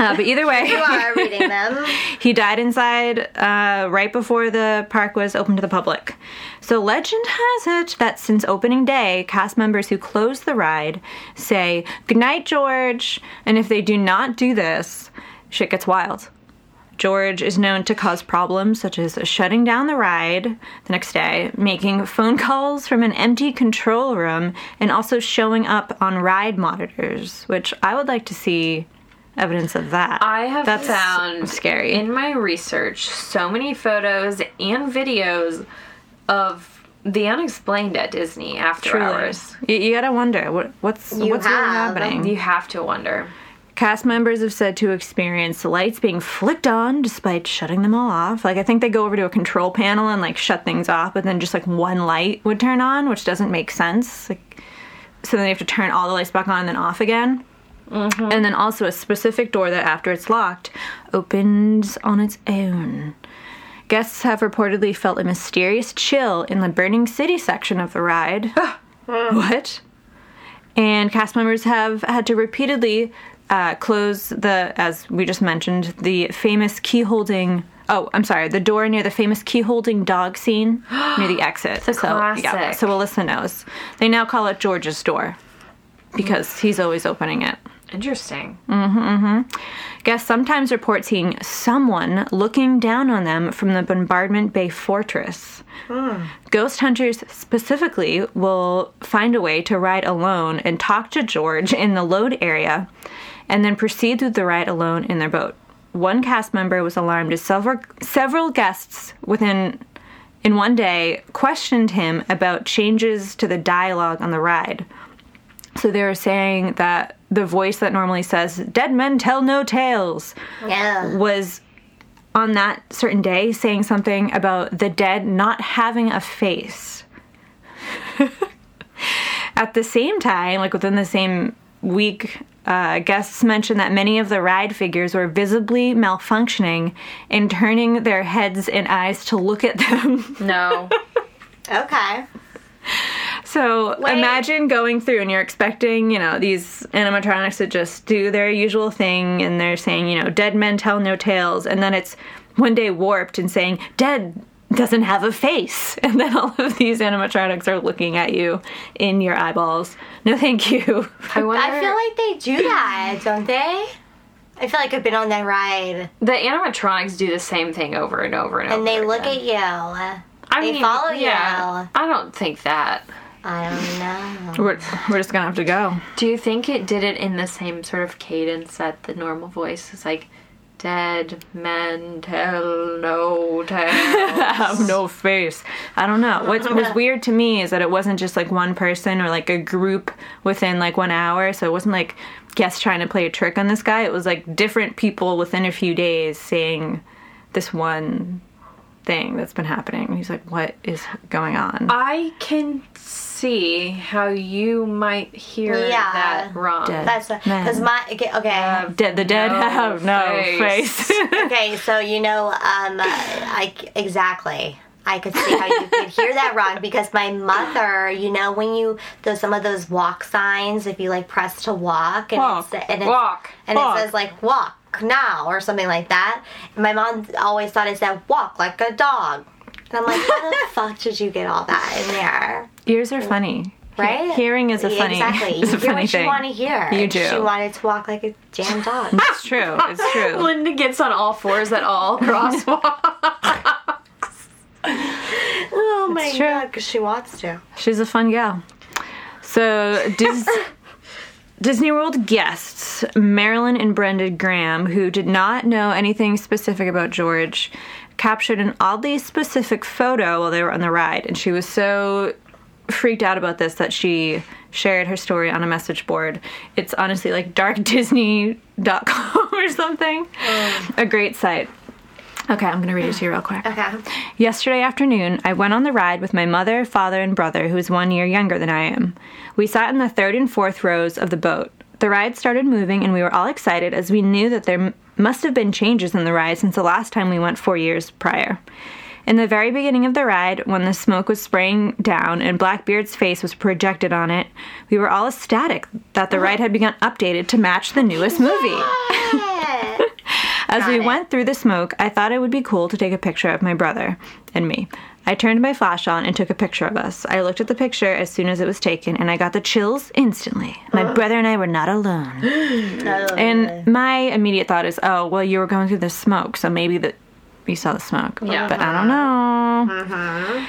[SPEAKER 3] Uh, but either way,
[SPEAKER 1] you are reading them.
[SPEAKER 3] He died inside uh, right before the park was open to the public. So legend has it that since opening day, cast members who close the ride say, Goodnight, George. And if they do not do this, shit gets wild. George is known to cause problems such as shutting down the ride the next day, making phone calls from an empty control room, and also showing up on ride monitors, which I would like to see evidence of that.
[SPEAKER 2] I have
[SPEAKER 3] That's
[SPEAKER 2] found
[SPEAKER 3] scary.
[SPEAKER 2] in my research so many photos and videos of the unexplained at Disney after
[SPEAKER 3] Truly.
[SPEAKER 2] hours.
[SPEAKER 3] You, you gotta wonder what what's what's really
[SPEAKER 1] have.
[SPEAKER 3] happening.
[SPEAKER 2] You have to wonder.
[SPEAKER 3] Cast members have said to experience the lights being flicked on despite shutting them all off. Like, I think they go over to a control panel and like shut things off, but then just like one light would turn on, which doesn't make sense. Like, so then you have to turn all the lights back on and then off again. And then also a specific door that, after it's locked, opens on its own. Guests have reportedly felt a mysterious chill in the Burning City section of the ride. what? And cast members have had to repeatedly uh, close the, as we just mentioned, the famous key holding. Oh, I'm sorry, the door near the famous key holding dog scene near the exit. so, yeah,
[SPEAKER 2] classic.
[SPEAKER 3] so Alyssa knows. They now call it George's door because he's always opening it.
[SPEAKER 2] Interesting.
[SPEAKER 3] Mm. Guests sometimes report seeing someone looking down on them from the Bombardment Bay Fortress. Ghost hunters specifically will find a way to ride alone and talk to George in the load area and then proceed through the ride alone in their boat. One cast member was alarmed as several, several guests within in one day questioned him about changes to the dialogue on the ride. So they were saying that the voice that normally says, Dead men tell no tales,
[SPEAKER 1] Yeah.
[SPEAKER 3] was on that certain day saying something about the dead not having a face. At the same time, like within the same week, uh, guests mentioned that many of the ride figures were visibly malfunctioning and turning their heads and eyes to look at them.
[SPEAKER 2] No.
[SPEAKER 1] Okay.
[SPEAKER 3] So
[SPEAKER 1] Wait.
[SPEAKER 3] imagine going through and you're expecting, you know, these animatronics to just do their usual thing and they're saying, you know, dead men tell no tales. And then it's one day warped and saying, dead doesn't have a face. And then all of these animatronics are looking at you in your eyeballs. No, thank you.
[SPEAKER 2] I wonder.
[SPEAKER 1] I feel like they do that, don't they? I feel like I've been on that ride,
[SPEAKER 2] the animatronics do the same thing over and over and, over.
[SPEAKER 1] and they look
[SPEAKER 2] again.
[SPEAKER 1] at you.
[SPEAKER 2] I
[SPEAKER 1] they
[SPEAKER 2] mean,
[SPEAKER 1] follow
[SPEAKER 2] yeah,
[SPEAKER 1] you.
[SPEAKER 2] I don't think that.
[SPEAKER 1] I don't know.
[SPEAKER 3] We're, we're just gonna have to go.
[SPEAKER 2] Do you think it did it in the same sort of cadence that the normal voice is like, dead men tell no tale?
[SPEAKER 3] have no face. I don't know.
[SPEAKER 1] Oh,
[SPEAKER 3] What was weird to me is that it wasn't just like one person or like a group within like one hour. So it wasn't like guests trying to play a trick on this guy. It was like different people within a few days saying this one thing that's been happening. And he's like, what is going
[SPEAKER 1] Uh,
[SPEAKER 3] on?
[SPEAKER 2] I can see how you might hear
[SPEAKER 1] Yeah.
[SPEAKER 2] that wrong.
[SPEAKER 3] Dead.
[SPEAKER 1] That's because
[SPEAKER 3] Man.
[SPEAKER 1] my okay. okay.
[SPEAKER 3] Dead, the dead
[SPEAKER 2] No
[SPEAKER 3] have no
[SPEAKER 2] face.
[SPEAKER 3] face.
[SPEAKER 1] Okay, so you know, um, I exactly. I could see how you could hear that wrong because my mother, you know, when you those some of those walk signs, if you like press to walk and
[SPEAKER 3] Walk,
[SPEAKER 1] it's, and it's,
[SPEAKER 2] walk,
[SPEAKER 1] and
[SPEAKER 3] walk.
[SPEAKER 1] it says like walk now or something like that. My mom always thought it said walk like a dog, and I'm like, how the fuck did you get all that in there?
[SPEAKER 3] Ears are funny.
[SPEAKER 1] Right?
[SPEAKER 3] Hearing is a funny,
[SPEAKER 1] exactly.
[SPEAKER 3] is
[SPEAKER 1] you hear
[SPEAKER 3] a funny
[SPEAKER 1] what
[SPEAKER 3] thing.
[SPEAKER 1] you want to hear.
[SPEAKER 3] You do.
[SPEAKER 1] She wanted to walk like a damn dog.
[SPEAKER 3] It's true. It's true.
[SPEAKER 2] Linda gets on all fours at all crosswalk.
[SPEAKER 1] oh my
[SPEAKER 3] true.
[SPEAKER 1] god, because she wants to.
[SPEAKER 3] She's a fun gal. So Dis- Disney World guests Marilyn and Brenda Graham, who did not know anything specific about George, captured an oddly specific photo while they were on the ride, and she was so freaked out about this that she shared her story on a message board. It's honestly like darkdisney.com or something. A great site. Okay, I'm gonna read it to you real quick.
[SPEAKER 1] Okay.
[SPEAKER 3] Yesterday afternoon, I went on the ride with my mother, father, and brother, who is one year younger than I am. We sat in the third and fourth rows of the boat. The ride started moving, and we were all excited as we knew that there m- must have been changes in the ride since the last time we went four years prior. In the very beginning of the ride, when the smoke was spraying down and Blackbeard's face was projected on it, we were all ecstatic that the ride had begun updated to match the newest movie. As we went through the smoke, I thought it would be cool to take a picture of my brother and me. I turned my flash on and took a picture of us. I looked at the picture as soon as it was taken and I got the chills instantly. My brother and I were not alone. and my immediate thought is, oh, well, you were going through the smoke, so maybe that you saw the smoke.
[SPEAKER 2] Yeah.
[SPEAKER 3] But I don't know.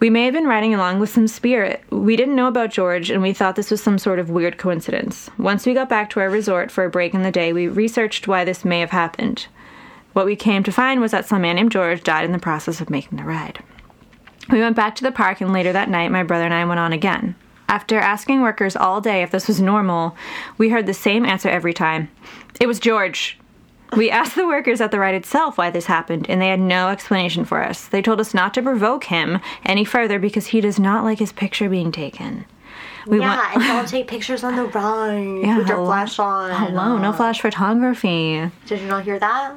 [SPEAKER 3] We may have been riding along with some spirit. We didn't know about George, and we thought this was some sort of weird coincidence. Once we got back to our resort for a break in the day, we researched why this may have happened. What we came to find was that some man named George died in the process of making the ride. We went back to the park, and later that night, my brother and I went on again. After asking workers all day if this was normal, we heard the same answer every time it was George. We asked the workers at the ride itself why this happened, and they had no explanation for us. They told us not to provoke him any further because he does not like his picture being taken. We
[SPEAKER 1] yeah,
[SPEAKER 3] want-
[SPEAKER 1] and don't take pictures on the ride
[SPEAKER 3] Yeah,
[SPEAKER 1] with your
[SPEAKER 3] hello.
[SPEAKER 1] flash on.
[SPEAKER 3] Hello, no flash photography.
[SPEAKER 1] Did you not hear that?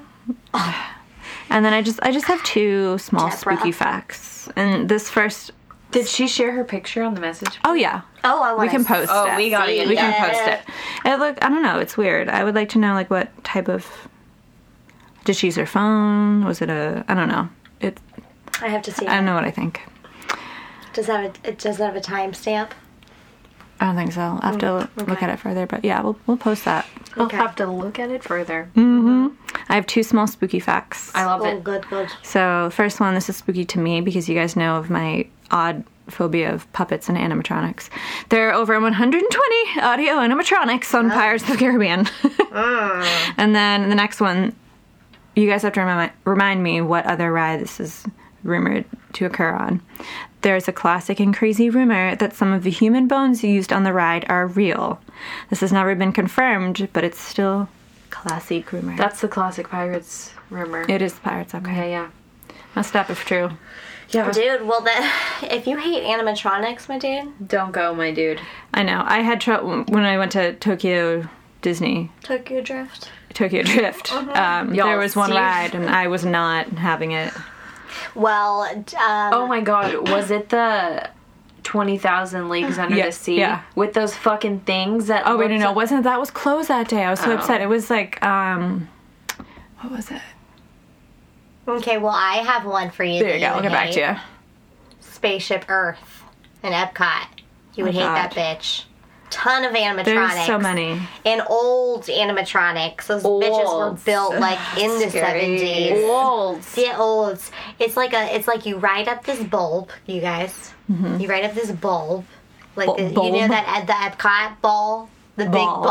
[SPEAKER 3] And then I just I just have two small
[SPEAKER 1] Deborah.
[SPEAKER 3] spooky facts. And this first
[SPEAKER 2] Did she share her picture on the message?
[SPEAKER 3] oh yeah.
[SPEAKER 1] Oh, I
[SPEAKER 3] We
[SPEAKER 1] want
[SPEAKER 3] can post it.
[SPEAKER 1] gotta get
[SPEAKER 3] we
[SPEAKER 1] that.
[SPEAKER 3] can post it. It look I don't know, it's weird. I would like to know like what type of did she use her phone? Was it a I don't know. It
[SPEAKER 1] I have to see.
[SPEAKER 3] I don't know what I think.
[SPEAKER 1] does that have a, it does that have a timestamp?
[SPEAKER 3] I don't think so. I'll have to look at it further, but yeah, we'll we'll post that.
[SPEAKER 2] We'll
[SPEAKER 1] Okay.
[SPEAKER 2] have to look at it further.
[SPEAKER 3] I have two small spooky facts.
[SPEAKER 2] I love
[SPEAKER 1] Oh,
[SPEAKER 2] it.
[SPEAKER 1] good, good.
[SPEAKER 3] So, first one, this is spooky to me because you guys know of my odd phobia of puppets and animatronics. There are over 120 audio animatronics on Pirates of the Caribbean. and then the next one, you guys have to remind, remind me what other ride this is rumored to occur on. There's a classic and crazy rumor that some of the human bones used on the ride are real. This has never been confirmed, but it's still classic rumor.
[SPEAKER 2] That's the classic pirates rumor.
[SPEAKER 3] it is Pirates, okay.
[SPEAKER 2] yeah, yeah.
[SPEAKER 3] Messed up if true.
[SPEAKER 2] Yeah,
[SPEAKER 1] Dude, well then, if you hate animatronics, my dude,
[SPEAKER 2] don't go, my dude.
[SPEAKER 3] I know. I had trouble when I went to Tokyo Disney,
[SPEAKER 1] Tokyo Drift.
[SPEAKER 3] Tokyo Drift. Um,
[SPEAKER 2] Y'all,
[SPEAKER 3] there was one
[SPEAKER 2] Steve-
[SPEAKER 3] ride, and I was not having it.
[SPEAKER 1] Well, d- um,
[SPEAKER 2] Oh my god, was it the 20,000 Leagues Under
[SPEAKER 3] Yeah,
[SPEAKER 2] the Sea?
[SPEAKER 3] yeah.
[SPEAKER 2] With those fucking things that.
[SPEAKER 3] Oh wait, no,
[SPEAKER 2] looked
[SPEAKER 3] no, it
[SPEAKER 2] like-
[SPEAKER 3] wasn't that was closed that day? I was so
[SPEAKER 2] Oh.
[SPEAKER 3] upset. It was like, um, what was it?
[SPEAKER 1] okay, well I have one for you.
[SPEAKER 3] There
[SPEAKER 1] that
[SPEAKER 3] you go. I'll
[SPEAKER 1] would
[SPEAKER 3] get back to
[SPEAKER 1] hate.
[SPEAKER 3] you.
[SPEAKER 1] Spaceship Earth and Epcot. You would
[SPEAKER 3] Oh,
[SPEAKER 1] hate
[SPEAKER 3] God.
[SPEAKER 1] that bitch. Ton of animatronics.
[SPEAKER 3] There's so many.
[SPEAKER 1] And old animatronics. Those bitches were
[SPEAKER 2] Olds.
[SPEAKER 1] built like in the
[SPEAKER 3] Scary.
[SPEAKER 1] seventies.
[SPEAKER 2] Wolves.
[SPEAKER 1] The olds. It's like a. It's like you ride up this bulb, you guys. You ride up this bulb, like
[SPEAKER 3] Bu-
[SPEAKER 1] the, you
[SPEAKER 3] Mm-hmm. bulb?
[SPEAKER 1] know that at the Epcot ball, the
[SPEAKER 3] Ball.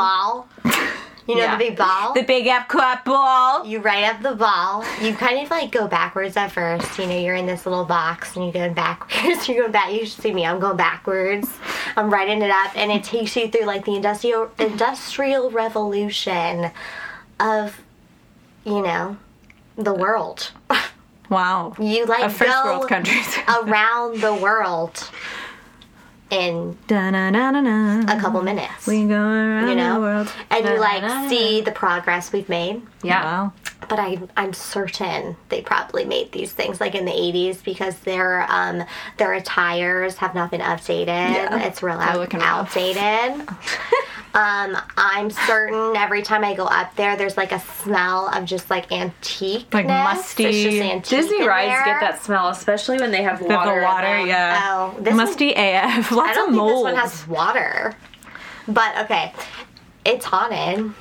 [SPEAKER 1] big ball. You know
[SPEAKER 3] Yeah.
[SPEAKER 1] the big ball.
[SPEAKER 3] The big Epcot ball.
[SPEAKER 1] you ride up the ball. You kind of like go backwards at first. You know, you're in this little box and you're going backwards. You're going back. You should see me. I'm going backwards. I'm riding it up, and it takes you through like the industrial industrial revolution of, you know, the world.
[SPEAKER 3] Wow.
[SPEAKER 1] You like
[SPEAKER 3] Of first
[SPEAKER 1] go
[SPEAKER 3] world countries.
[SPEAKER 1] around the world in
[SPEAKER 3] Da-na-na-na-na.
[SPEAKER 1] a couple minutes.
[SPEAKER 3] Mm-hmm. We go around
[SPEAKER 1] you
[SPEAKER 3] the
[SPEAKER 1] know,
[SPEAKER 3] world.
[SPEAKER 1] and you like
[SPEAKER 2] Da-da-da-da.
[SPEAKER 1] see the progress we've made.
[SPEAKER 2] Yeah.
[SPEAKER 3] Wow.
[SPEAKER 1] but I, I'm certain they probably made these things like in the 80s because their um, their attires have not been updated. It's real out-
[SPEAKER 3] looking rough.
[SPEAKER 1] outdated. um, I'm certain every time I go up there, there's like a smell of just like antique,
[SPEAKER 3] Like musty-
[SPEAKER 2] Disney rides get that smell, especially when they have
[SPEAKER 3] The
[SPEAKER 2] water. in
[SPEAKER 3] water,
[SPEAKER 2] them.
[SPEAKER 3] yeah.
[SPEAKER 1] Oh, this
[SPEAKER 3] Musty AF.
[SPEAKER 1] I
[SPEAKER 3] Lots
[SPEAKER 1] don't
[SPEAKER 3] of
[SPEAKER 1] think
[SPEAKER 3] mold.
[SPEAKER 1] this one has water, but okay, it's haunted.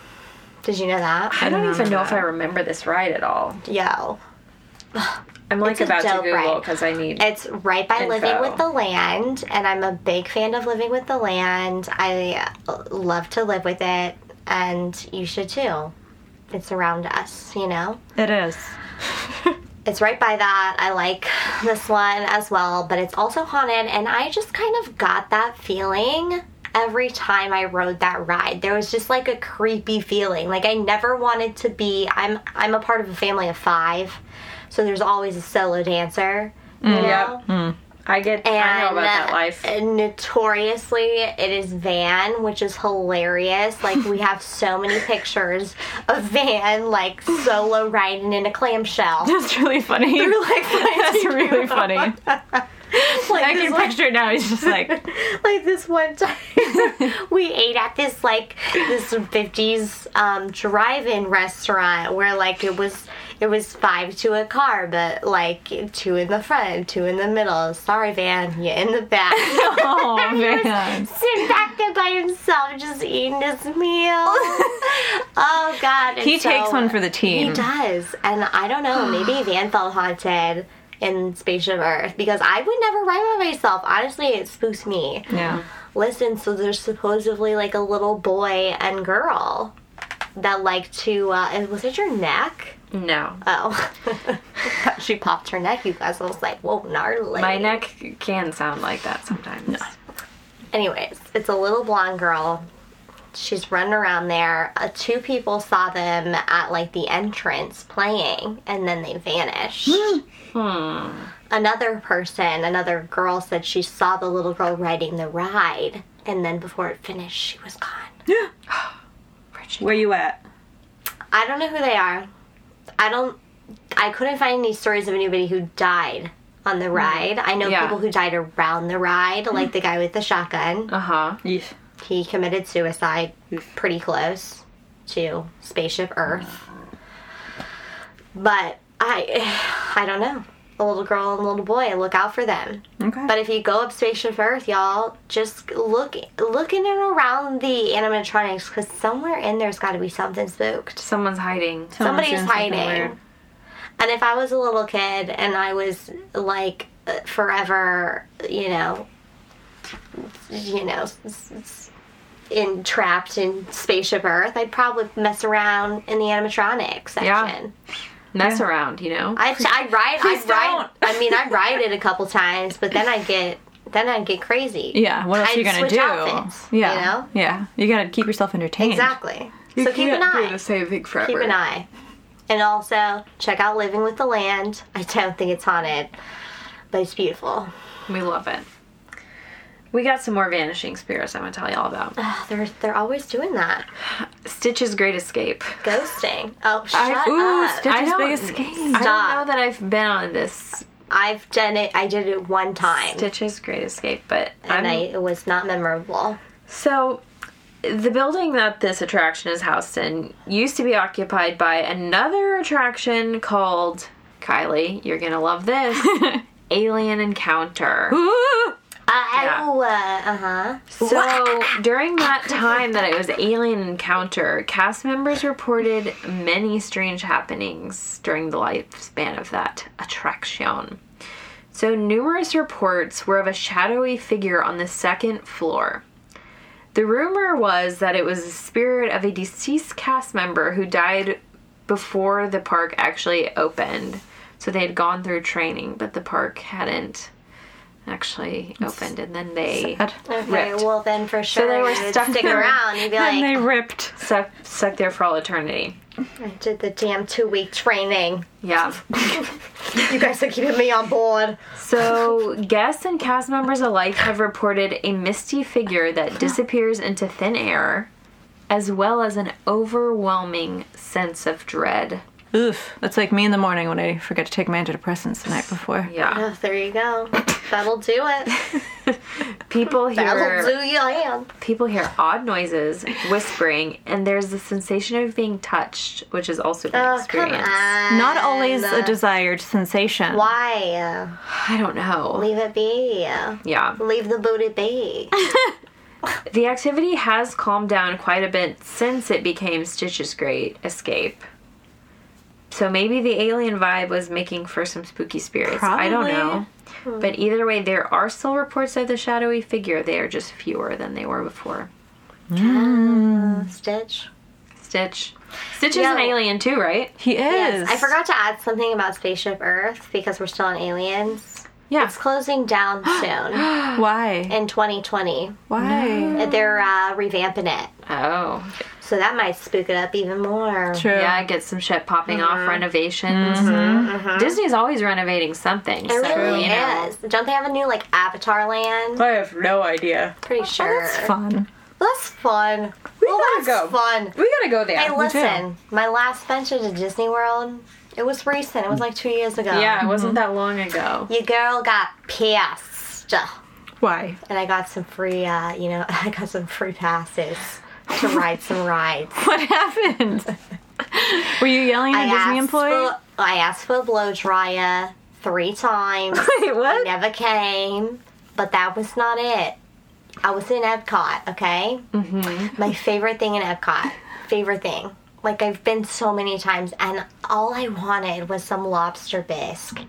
[SPEAKER 1] Did you know that?
[SPEAKER 2] I don't even know if I remember this ride at all.
[SPEAKER 1] Yo.
[SPEAKER 2] I'm like
[SPEAKER 1] It's a
[SPEAKER 2] about to
[SPEAKER 1] dope
[SPEAKER 2] Google
[SPEAKER 1] ride.
[SPEAKER 2] because I need.
[SPEAKER 1] It's right by Living
[SPEAKER 2] Info.
[SPEAKER 1] with the Land, and I'm a big fan of Living with the Land. I uh, love to live with it, and you should too. It's around us, you know?
[SPEAKER 3] It is.
[SPEAKER 1] It's right by that. I like this one as well, but it's also haunted, and I just kind of got that feeling every time I rode that ride. There was just like a creepy feeling. Like I never wanted to be I'm I'm a part of a family of 5. So there's always a solo dancer. You know?
[SPEAKER 2] yep. Hmm. I get. I know about that
[SPEAKER 1] uh,
[SPEAKER 2] life.
[SPEAKER 1] Notoriously, it is Van, which is hilarious. Like we have so many pictures of Van like solo riding in a clamshell.
[SPEAKER 3] That's really funny. That's really funny. I can picture it now. He's just like,
[SPEAKER 1] like this one time we ate at this like this 50s um, drive-in restaurant where like it was it was five to a car but like two in the front two in the middle sorry van you in the back
[SPEAKER 3] oh man.
[SPEAKER 1] sitting back there by himself just eating his meal oh god and
[SPEAKER 3] He
[SPEAKER 1] so-
[SPEAKER 3] takes one for the
[SPEAKER 1] he
[SPEAKER 3] team.
[SPEAKER 1] does and i don't know maybe van felt haunted in spaceship earth because i would never ride by myself honestly it spooks me
[SPEAKER 3] Yeah.
[SPEAKER 1] listen so there's supposedly like a little boy and girl that like to uh was it your neck
[SPEAKER 2] no,
[SPEAKER 1] oh she popped her neck you guys i was like whoa gnarly
[SPEAKER 2] my neck can sound like that sometimes.
[SPEAKER 1] Anyways, it's a little blonde girl. She's running around there. Uh, two people saw them at like the entrance playing, and then they vanished. Another person, another girl, said she saw the little girl riding the ride, and then before it finished, she was gone.
[SPEAKER 2] Richie.
[SPEAKER 3] Where you at?
[SPEAKER 1] I don't know who they are. I don't. I couldn't find any stories of anybody who died on the ride. I know
[SPEAKER 2] Yeah.
[SPEAKER 1] people who died around the ride, like the guy with the shotgun.
[SPEAKER 2] Uh huh.
[SPEAKER 3] Yeesh.
[SPEAKER 1] he committed suicide pretty close to spaceship earth but i i don't know a little girl and a little boy look out for them
[SPEAKER 3] Okay.
[SPEAKER 1] but if you go up spaceship earth y'all just look look in and around the animatronics because somewhere in there's got to be something spooked
[SPEAKER 2] Someone's hiding.
[SPEAKER 3] Someone's
[SPEAKER 1] somebody's
[SPEAKER 3] doing something
[SPEAKER 1] hiding.
[SPEAKER 3] weird.
[SPEAKER 1] and if i was a little kid and i was like uh, forever you know you know s- s- s- entrapped in spaceship earth i'd probably mess around in the animatronic section
[SPEAKER 2] Yeah. Mess around, you know?
[SPEAKER 1] I'd, I'd ride i'd
[SPEAKER 3] Please
[SPEAKER 1] ride
[SPEAKER 3] don't.
[SPEAKER 1] i mean i'd ride it a couple times but then i'd get then i'd get crazy
[SPEAKER 3] Yeah. What else
[SPEAKER 1] I'd
[SPEAKER 3] are you gonna
[SPEAKER 1] switch
[SPEAKER 3] do?
[SPEAKER 1] outfits, you
[SPEAKER 3] yeah.
[SPEAKER 1] know?
[SPEAKER 3] Yeah. You gotta keep yourself entertained.
[SPEAKER 1] exactly
[SPEAKER 2] You
[SPEAKER 1] so keep an
[SPEAKER 2] can't do
[SPEAKER 1] eye
[SPEAKER 2] the same thing forever.
[SPEAKER 1] keep an eye. And also check out Living with the Land. I don't think it's haunted, but it's beautiful.
[SPEAKER 2] We love it. We got some more vanishing spirits I'm gonna tell y'all about.
[SPEAKER 1] Ugh, Oh, they're they're always doing that.
[SPEAKER 2] Stitch's Great Escape.
[SPEAKER 1] Ghosting. Oh, shut
[SPEAKER 2] I-
[SPEAKER 3] Ooh,
[SPEAKER 1] up.
[SPEAKER 3] Stitch's
[SPEAKER 2] I
[SPEAKER 3] Big
[SPEAKER 2] don't-
[SPEAKER 3] Escape.
[SPEAKER 2] I
[SPEAKER 1] Stop.
[SPEAKER 2] don't know that I've been on this
[SPEAKER 1] I've done it. I did it one time,
[SPEAKER 2] Stitch's Great Escape, but
[SPEAKER 1] and
[SPEAKER 2] I'm
[SPEAKER 1] I, it was not memorable.
[SPEAKER 2] So, the building that this attraction is housed in used to be occupied by another attraction called Kylie. You're gonna love this Alien Encounter.
[SPEAKER 3] Ooh.
[SPEAKER 1] I,
[SPEAKER 2] Yeah.
[SPEAKER 1] uh huh.
[SPEAKER 2] So, during that time that it was Alien Encounter, cast members reported many strange happenings during the lifespan of that attraction. So, numerous reports were of a shadowy figure on the second floor. The rumor was that it was the spirit of a deceased cast member who died before the park actually opened. So, they had gone through training, but the park hadn't actually opened, and then they
[SPEAKER 3] Sad.
[SPEAKER 1] Okay,
[SPEAKER 2] Ripped.
[SPEAKER 1] well then for sure.
[SPEAKER 2] they were
[SPEAKER 1] you would
[SPEAKER 2] stuck
[SPEAKER 1] stick
[SPEAKER 2] there.
[SPEAKER 1] around. You'd be
[SPEAKER 3] Then
[SPEAKER 1] like,
[SPEAKER 3] they ripped.
[SPEAKER 2] stuck stuck there for all eternity.
[SPEAKER 1] I did the damn two week training.
[SPEAKER 2] Yeah.
[SPEAKER 1] You guys are keeping me on board.
[SPEAKER 2] So guests and cast members alike have reported a misty figure that disappears into thin air, as well as an overwhelming sense of dread.
[SPEAKER 3] Oof. That's like me in the morning when I forget to take my antidepressants the night before.
[SPEAKER 2] Yeah.
[SPEAKER 1] Oh, there you go. That'll do it.
[SPEAKER 2] People
[SPEAKER 1] That'll
[SPEAKER 2] hear
[SPEAKER 1] do you in.
[SPEAKER 2] people hear odd noises, whispering, and there's the sensation of being touched, which is also an
[SPEAKER 1] Oh, come
[SPEAKER 2] experience.
[SPEAKER 1] on.
[SPEAKER 3] Not always a
[SPEAKER 1] Uh,
[SPEAKER 3] desired sensation.
[SPEAKER 1] Why? uh,
[SPEAKER 2] I don't know.
[SPEAKER 1] Leave it be.
[SPEAKER 2] Yeah.
[SPEAKER 1] Leave the booty be.
[SPEAKER 2] The activity has calmed down quite a bit since it became Stitch's Great Escape. So maybe the alien vibe was making for some spooky spirits. I don't know.
[SPEAKER 1] Hmm.
[SPEAKER 2] But either way, there are still reports of the shadowy figure. They are just fewer than they were before.
[SPEAKER 1] Stitch.
[SPEAKER 2] Stitch. Stitch is
[SPEAKER 1] Yeah.
[SPEAKER 2] an alien too, right?
[SPEAKER 3] He is.
[SPEAKER 1] Yes. I forgot to add something about Spaceship Earth because we're still on aliens.
[SPEAKER 2] Yeah.
[SPEAKER 1] It's closing down soon
[SPEAKER 3] Why?
[SPEAKER 1] in 2020.
[SPEAKER 3] Why?
[SPEAKER 1] They're uh, revamping it.
[SPEAKER 2] Oh.
[SPEAKER 1] So that might spook it up even more.
[SPEAKER 3] True.
[SPEAKER 2] Yeah, I get some shit popping off
[SPEAKER 1] Mm-hmm.
[SPEAKER 2] renovations. Disney's always renovating something.
[SPEAKER 1] It
[SPEAKER 2] so,
[SPEAKER 1] really
[SPEAKER 2] you know.
[SPEAKER 1] is. Don't they have a new like Avatar land?
[SPEAKER 3] I have no idea.
[SPEAKER 2] Oh,
[SPEAKER 1] Pretty sure.
[SPEAKER 3] That's fun.
[SPEAKER 1] That's fun. well,
[SPEAKER 2] gotta
[SPEAKER 1] that's
[SPEAKER 2] go.
[SPEAKER 1] fun.
[SPEAKER 2] We gotta go there.
[SPEAKER 1] Hey, listen. My last venture to Disney World, it was recent. It was like two years ago.
[SPEAKER 2] yeah, it wasn't
[SPEAKER 3] Mm-hmm.
[SPEAKER 2] that long ago.
[SPEAKER 1] Your girl got pissed.
[SPEAKER 3] Why?
[SPEAKER 1] And I got some free, uh, you know, I got some free passes to ride some rides.
[SPEAKER 3] What happened? Were you yelling
[SPEAKER 1] I
[SPEAKER 3] at a Disney employee?
[SPEAKER 1] For, I asked for a blow dryer three times.
[SPEAKER 3] Wait, what?
[SPEAKER 1] Never came. But that was not it. I was in Epcot, okay? Mm-hmm. My favorite thing in Epcot. Favorite thing. Like, I've been so many times, and all I wanted was some lobster bisque.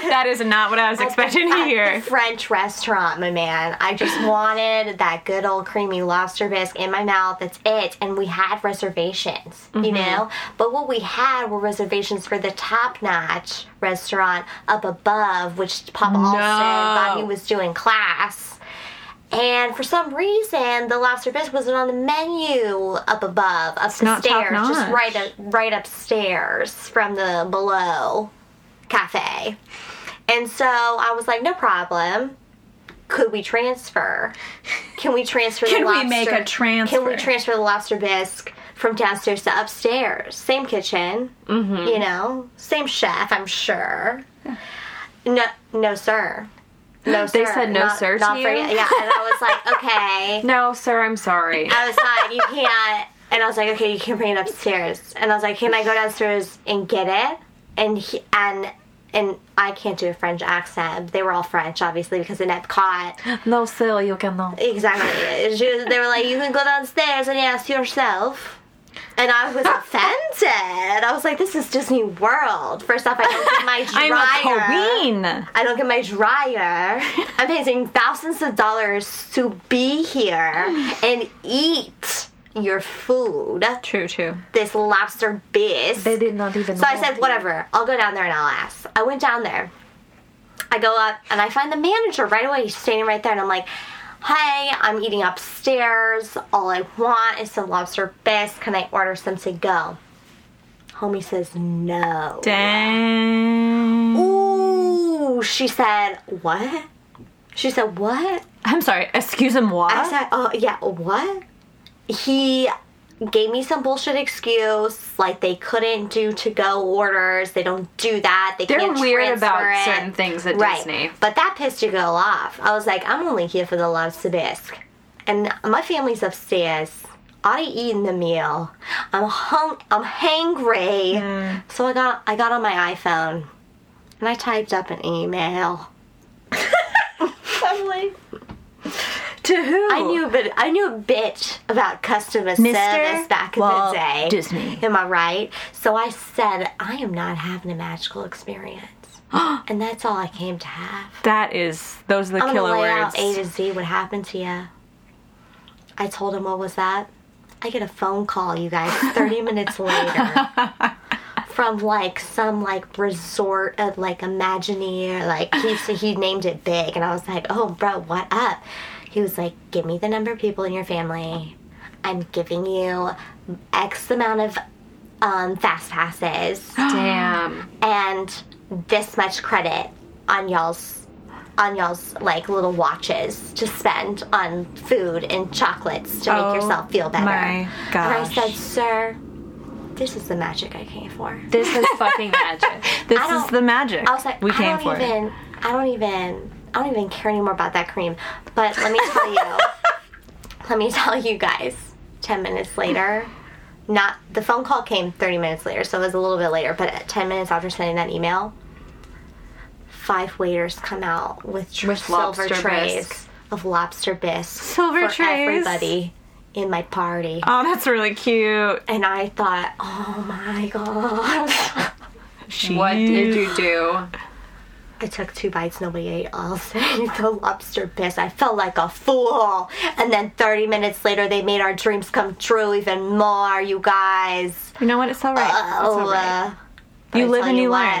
[SPEAKER 3] That is not what I was expecting to
[SPEAKER 1] At
[SPEAKER 3] hear.
[SPEAKER 1] the French restaurant, my man. I just wanted that good old creamy lobster bisque in my mouth. That's it. And we had reservations,
[SPEAKER 3] Mm-hmm.
[SPEAKER 1] you know? But what we had were reservations for the top notch restaurant up above, which Papa Alston thought he was doing class. And for some reason, the lobster bisque wasn't on the menu up above, up the
[SPEAKER 3] not
[SPEAKER 1] stairs, just
[SPEAKER 3] top-notch.
[SPEAKER 1] right, up, right upstairs from the below cafe. And so I was like, no problem. Could we transfer? Can we transfer
[SPEAKER 3] Can
[SPEAKER 1] the
[SPEAKER 3] we
[SPEAKER 1] lobster?
[SPEAKER 3] make a
[SPEAKER 1] Can we
[SPEAKER 3] transfer?
[SPEAKER 1] transfer the lobster bisque from downstairs to upstairs? Same kitchen,
[SPEAKER 2] Mm-hmm.
[SPEAKER 1] you know, same chef, I'm sure. No, no, sir. No,
[SPEAKER 2] They
[SPEAKER 1] sir.
[SPEAKER 2] said no, sir, to
[SPEAKER 1] for
[SPEAKER 2] you?
[SPEAKER 1] Yeah, and I was like, okay.
[SPEAKER 2] No, sir, I'm sorry.
[SPEAKER 1] I was like, you can't. And I was like, okay, you can bring it upstairs. And I was like, can I go downstairs and get it? And he, and and I can't do a French accent. They were all French, obviously, because in Epcot.
[SPEAKER 2] no, sir, you cannot.
[SPEAKER 1] Exactly. She was- they were like, you can go downstairs and ask yourself. And I was offended. I was like, this is Disney World. First off, I don't get my dryer.
[SPEAKER 3] I'm a queen.
[SPEAKER 1] I don't get my dryer. I'm paying thousands of dollars to be here and eat your food.
[SPEAKER 3] True, true.
[SPEAKER 1] This lobster biz.
[SPEAKER 2] They did not even
[SPEAKER 1] So I
[SPEAKER 2] know.
[SPEAKER 1] said, whatever, I'll go down there and I'll ask. I went down there. I go up and I find the manager right away. He's standing right there, and I'm like, hey, I'm eating upstairs. All I want is some lobster bisque. Can I order some to go? Homie says, no.
[SPEAKER 3] Dang.
[SPEAKER 1] Ooh, she said, what? She said, what?
[SPEAKER 3] I'm sorry. Excuse moi.
[SPEAKER 1] I said, oh, yeah, what? He gave me some bullshit excuse, like they couldn't do to go orders. They don't do that. They
[SPEAKER 2] They're
[SPEAKER 1] can't
[SPEAKER 2] weird
[SPEAKER 1] transfer
[SPEAKER 2] about
[SPEAKER 1] it.
[SPEAKER 2] certain things at
[SPEAKER 1] right.
[SPEAKER 2] Disney.
[SPEAKER 1] But that pissed you girl off. I was like, I'm only here for the lobster bisque. And my family's upstairs. Already eating the meal. I'm hung I'm hangry. So I got I got on my iPhone and I typed up an email. I'm like
[SPEAKER 3] to who?
[SPEAKER 1] I knew a bit. I knew a bit about customer service back in
[SPEAKER 3] Walt
[SPEAKER 1] the day.
[SPEAKER 3] Disney.
[SPEAKER 1] Am I right? So I said, I am not having a magical experience, and that's all I came to have.
[SPEAKER 3] That is. Those are the
[SPEAKER 1] I'm
[SPEAKER 3] killer
[SPEAKER 1] gonna lay
[SPEAKER 3] words.
[SPEAKER 1] out A to Z what happened to you. I told him what was that. I get a phone call, you guys, 30 minutes later. From like some like resort of like Imagineer, like he so he named it big, and I was like, oh bro, what up? He was like, give me the number of people in your family. I'm giving you X amount of um, fast passes
[SPEAKER 2] Damn.
[SPEAKER 1] and this much credit on y'all's on y'all's like little watches to spend on food and chocolates to make
[SPEAKER 3] Oh
[SPEAKER 1] yourself feel better.
[SPEAKER 3] my gosh.
[SPEAKER 1] And I said, "Sir, this is the magic I came for."
[SPEAKER 2] This is fucking magic.
[SPEAKER 3] this
[SPEAKER 1] I
[SPEAKER 3] is
[SPEAKER 1] don't-
[SPEAKER 3] the magic
[SPEAKER 1] I was like,
[SPEAKER 3] we
[SPEAKER 1] I
[SPEAKER 3] came
[SPEAKER 1] don't
[SPEAKER 3] for.
[SPEAKER 1] even, I don't even, I don't even care anymore about that cream. But let me tell you, let me tell you guys. Ten minutes later, not the phone call came thirty minutes later, so it was a little bit later. But at ten minutes after sending that email, five waiters come out with, tr-
[SPEAKER 2] With
[SPEAKER 1] silver
[SPEAKER 2] lobster
[SPEAKER 1] trays
[SPEAKER 2] bisque.
[SPEAKER 1] of lobster bisque,
[SPEAKER 3] Silver
[SPEAKER 1] for
[SPEAKER 3] trays.
[SPEAKER 1] everybody in my party.
[SPEAKER 3] Oh, that's really cute.
[SPEAKER 1] And I thought, oh my god.
[SPEAKER 3] She,
[SPEAKER 2] What did you do?
[SPEAKER 1] I took two bites, nobody ate. I'll say the lobster piss. I felt like a fool. And then 30 minutes later, they made our dreams come true even more, you guys.
[SPEAKER 3] You know what? It's all right. it's all
[SPEAKER 1] Oh,
[SPEAKER 3] right.
[SPEAKER 1] uh,
[SPEAKER 3] you
[SPEAKER 1] I
[SPEAKER 3] live
[SPEAKER 1] tell
[SPEAKER 3] and you,
[SPEAKER 1] you
[SPEAKER 3] learn.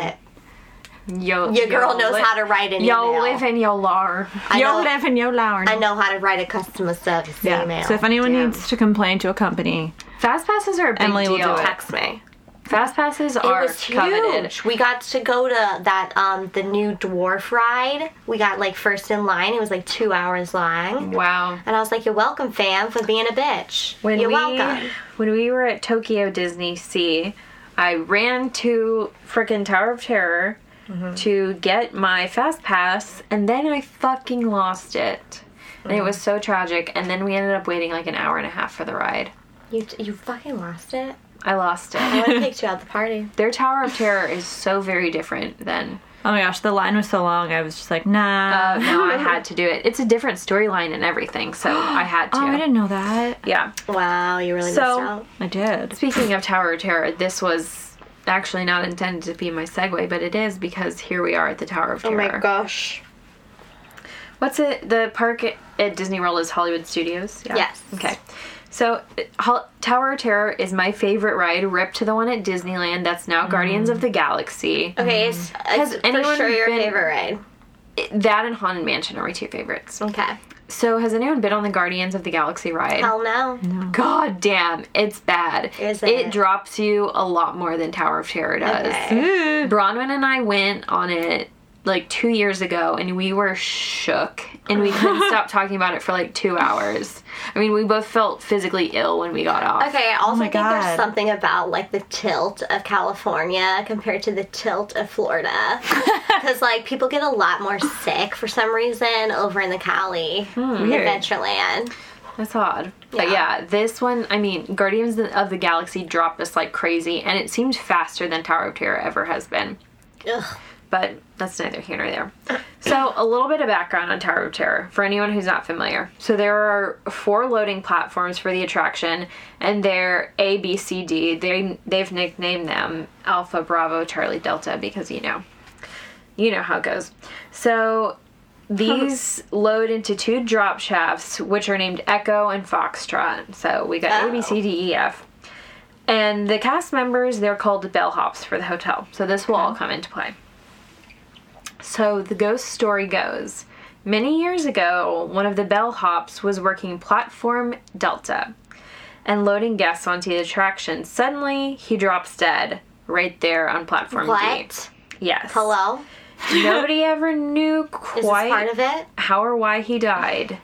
[SPEAKER 1] what,
[SPEAKER 2] Yo,
[SPEAKER 1] Your girl
[SPEAKER 2] yo
[SPEAKER 1] knows
[SPEAKER 2] li-
[SPEAKER 1] how to write an
[SPEAKER 2] Yo
[SPEAKER 1] email.
[SPEAKER 2] live and yo lar.
[SPEAKER 1] I
[SPEAKER 3] Yo
[SPEAKER 1] know,
[SPEAKER 3] live and yo learn.
[SPEAKER 1] I know how to write a customer service
[SPEAKER 3] Yeah.
[SPEAKER 1] email.
[SPEAKER 3] So if anyone
[SPEAKER 2] Damn.
[SPEAKER 3] needs to complain to a company,
[SPEAKER 2] Fast passes are a big
[SPEAKER 3] Emily will
[SPEAKER 2] deal.
[SPEAKER 3] do it.
[SPEAKER 1] Text me.
[SPEAKER 2] Fast passes
[SPEAKER 1] It
[SPEAKER 2] are
[SPEAKER 1] was
[SPEAKER 2] coveted.
[SPEAKER 1] huge. We got to go to that um the new dwarf ride. We got like first in line. It was like two hours long.
[SPEAKER 2] Wow.
[SPEAKER 1] And I was like, "You're welcome, fam, for being a bitch.
[SPEAKER 2] When
[SPEAKER 1] You're
[SPEAKER 2] we,
[SPEAKER 1] welcome."
[SPEAKER 2] When we were at Tokyo Disney Sea, I ran to frickin' Tower of Terror
[SPEAKER 3] Mm-hmm.
[SPEAKER 2] to get my fast pass, and then I fucking lost it. And
[SPEAKER 3] Mm-hmm.
[SPEAKER 2] it was so tragic. And then we ended up waiting like an hour and a half for the ride.
[SPEAKER 1] You you fucking lost it.
[SPEAKER 2] I lost it.
[SPEAKER 1] I would have picked you out the party.
[SPEAKER 2] Their Tower of Terror is so very different than.
[SPEAKER 3] oh my gosh, the line was so long. I was just like, nah.
[SPEAKER 2] Uh, no, I had to do it. It's a different storyline and everything, so I had to.
[SPEAKER 3] oh, I didn't know that.
[SPEAKER 2] Yeah.
[SPEAKER 1] Wow, you really
[SPEAKER 2] So-
[SPEAKER 1] missed out.
[SPEAKER 3] I did.
[SPEAKER 2] Speaking of Tower of Terror, this was actually not intended to be my segue, but it is because here we are at the Tower of Terror.
[SPEAKER 1] Oh gosh.
[SPEAKER 2] What's it? The park at- at Disney World is Hollywood Studios. Yeah.
[SPEAKER 1] Yes.
[SPEAKER 2] Okay. So, it- Hol- Tower of Terror is my favorite ride, ripped to the one at Disneyland that's now Guardians of the Galaxy.
[SPEAKER 1] Okay, it's, it's
[SPEAKER 2] Um, anyone
[SPEAKER 1] for sure your
[SPEAKER 2] been-
[SPEAKER 1] favorite ride.
[SPEAKER 2] It- That and Haunted Mansion are my two favorites.
[SPEAKER 1] Okay.
[SPEAKER 2] So, has anyone been on the Guardians of the Galaxy ride?
[SPEAKER 1] Hell no.
[SPEAKER 2] God damn, it's bad.
[SPEAKER 1] Is it?
[SPEAKER 2] drops you a lot more than Tower of Terror does.
[SPEAKER 1] Okay.
[SPEAKER 2] Bronwyn and I went on it like two years ago and we were shook and we couldn't stop talking about it for like two hours. I mean, we both felt physically ill when we got off.
[SPEAKER 1] Okay, I also
[SPEAKER 3] my
[SPEAKER 1] think there's
[SPEAKER 3] God.
[SPEAKER 1] something about like the tilt of California compared to the tilt of Florida. Because like people get a lot more sick for some reason over in the Cali,
[SPEAKER 2] Hmm.
[SPEAKER 3] Weird.
[SPEAKER 1] Adventureland.
[SPEAKER 2] That's odd. But yeah, this one, I mean, Guardians of the Galaxy dropped us like crazy and it seemed faster than Tower of Terror ever has been.
[SPEAKER 1] Ugh.
[SPEAKER 2] But that's neither here nor there. So, a little bit of background on Tower of Terror for anyone who's not familiar. So, there are four loading platforms for the attraction, and they're A, B, C, D. They, they've nicknamed them Alpha, Bravo, Charlie, Delta because you know. You know how it goes. So, these load into two drop shafts, which are named Echo and Foxtrot. So, we got A, B, C, D, E, F. And the cast members, they're called bellhops for the hotel. So, this will all come into play. So the ghost story goes many years ago, one of the bellhops was working platform Delta and loading guests onto the attraction. Suddenly, he drops dead right there on platform D.
[SPEAKER 1] What?
[SPEAKER 2] Yes.
[SPEAKER 1] Hello?
[SPEAKER 2] Nobody ever knew
[SPEAKER 1] Is
[SPEAKER 2] quite
[SPEAKER 1] this part of it?
[SPEAKER 2] how or why he died.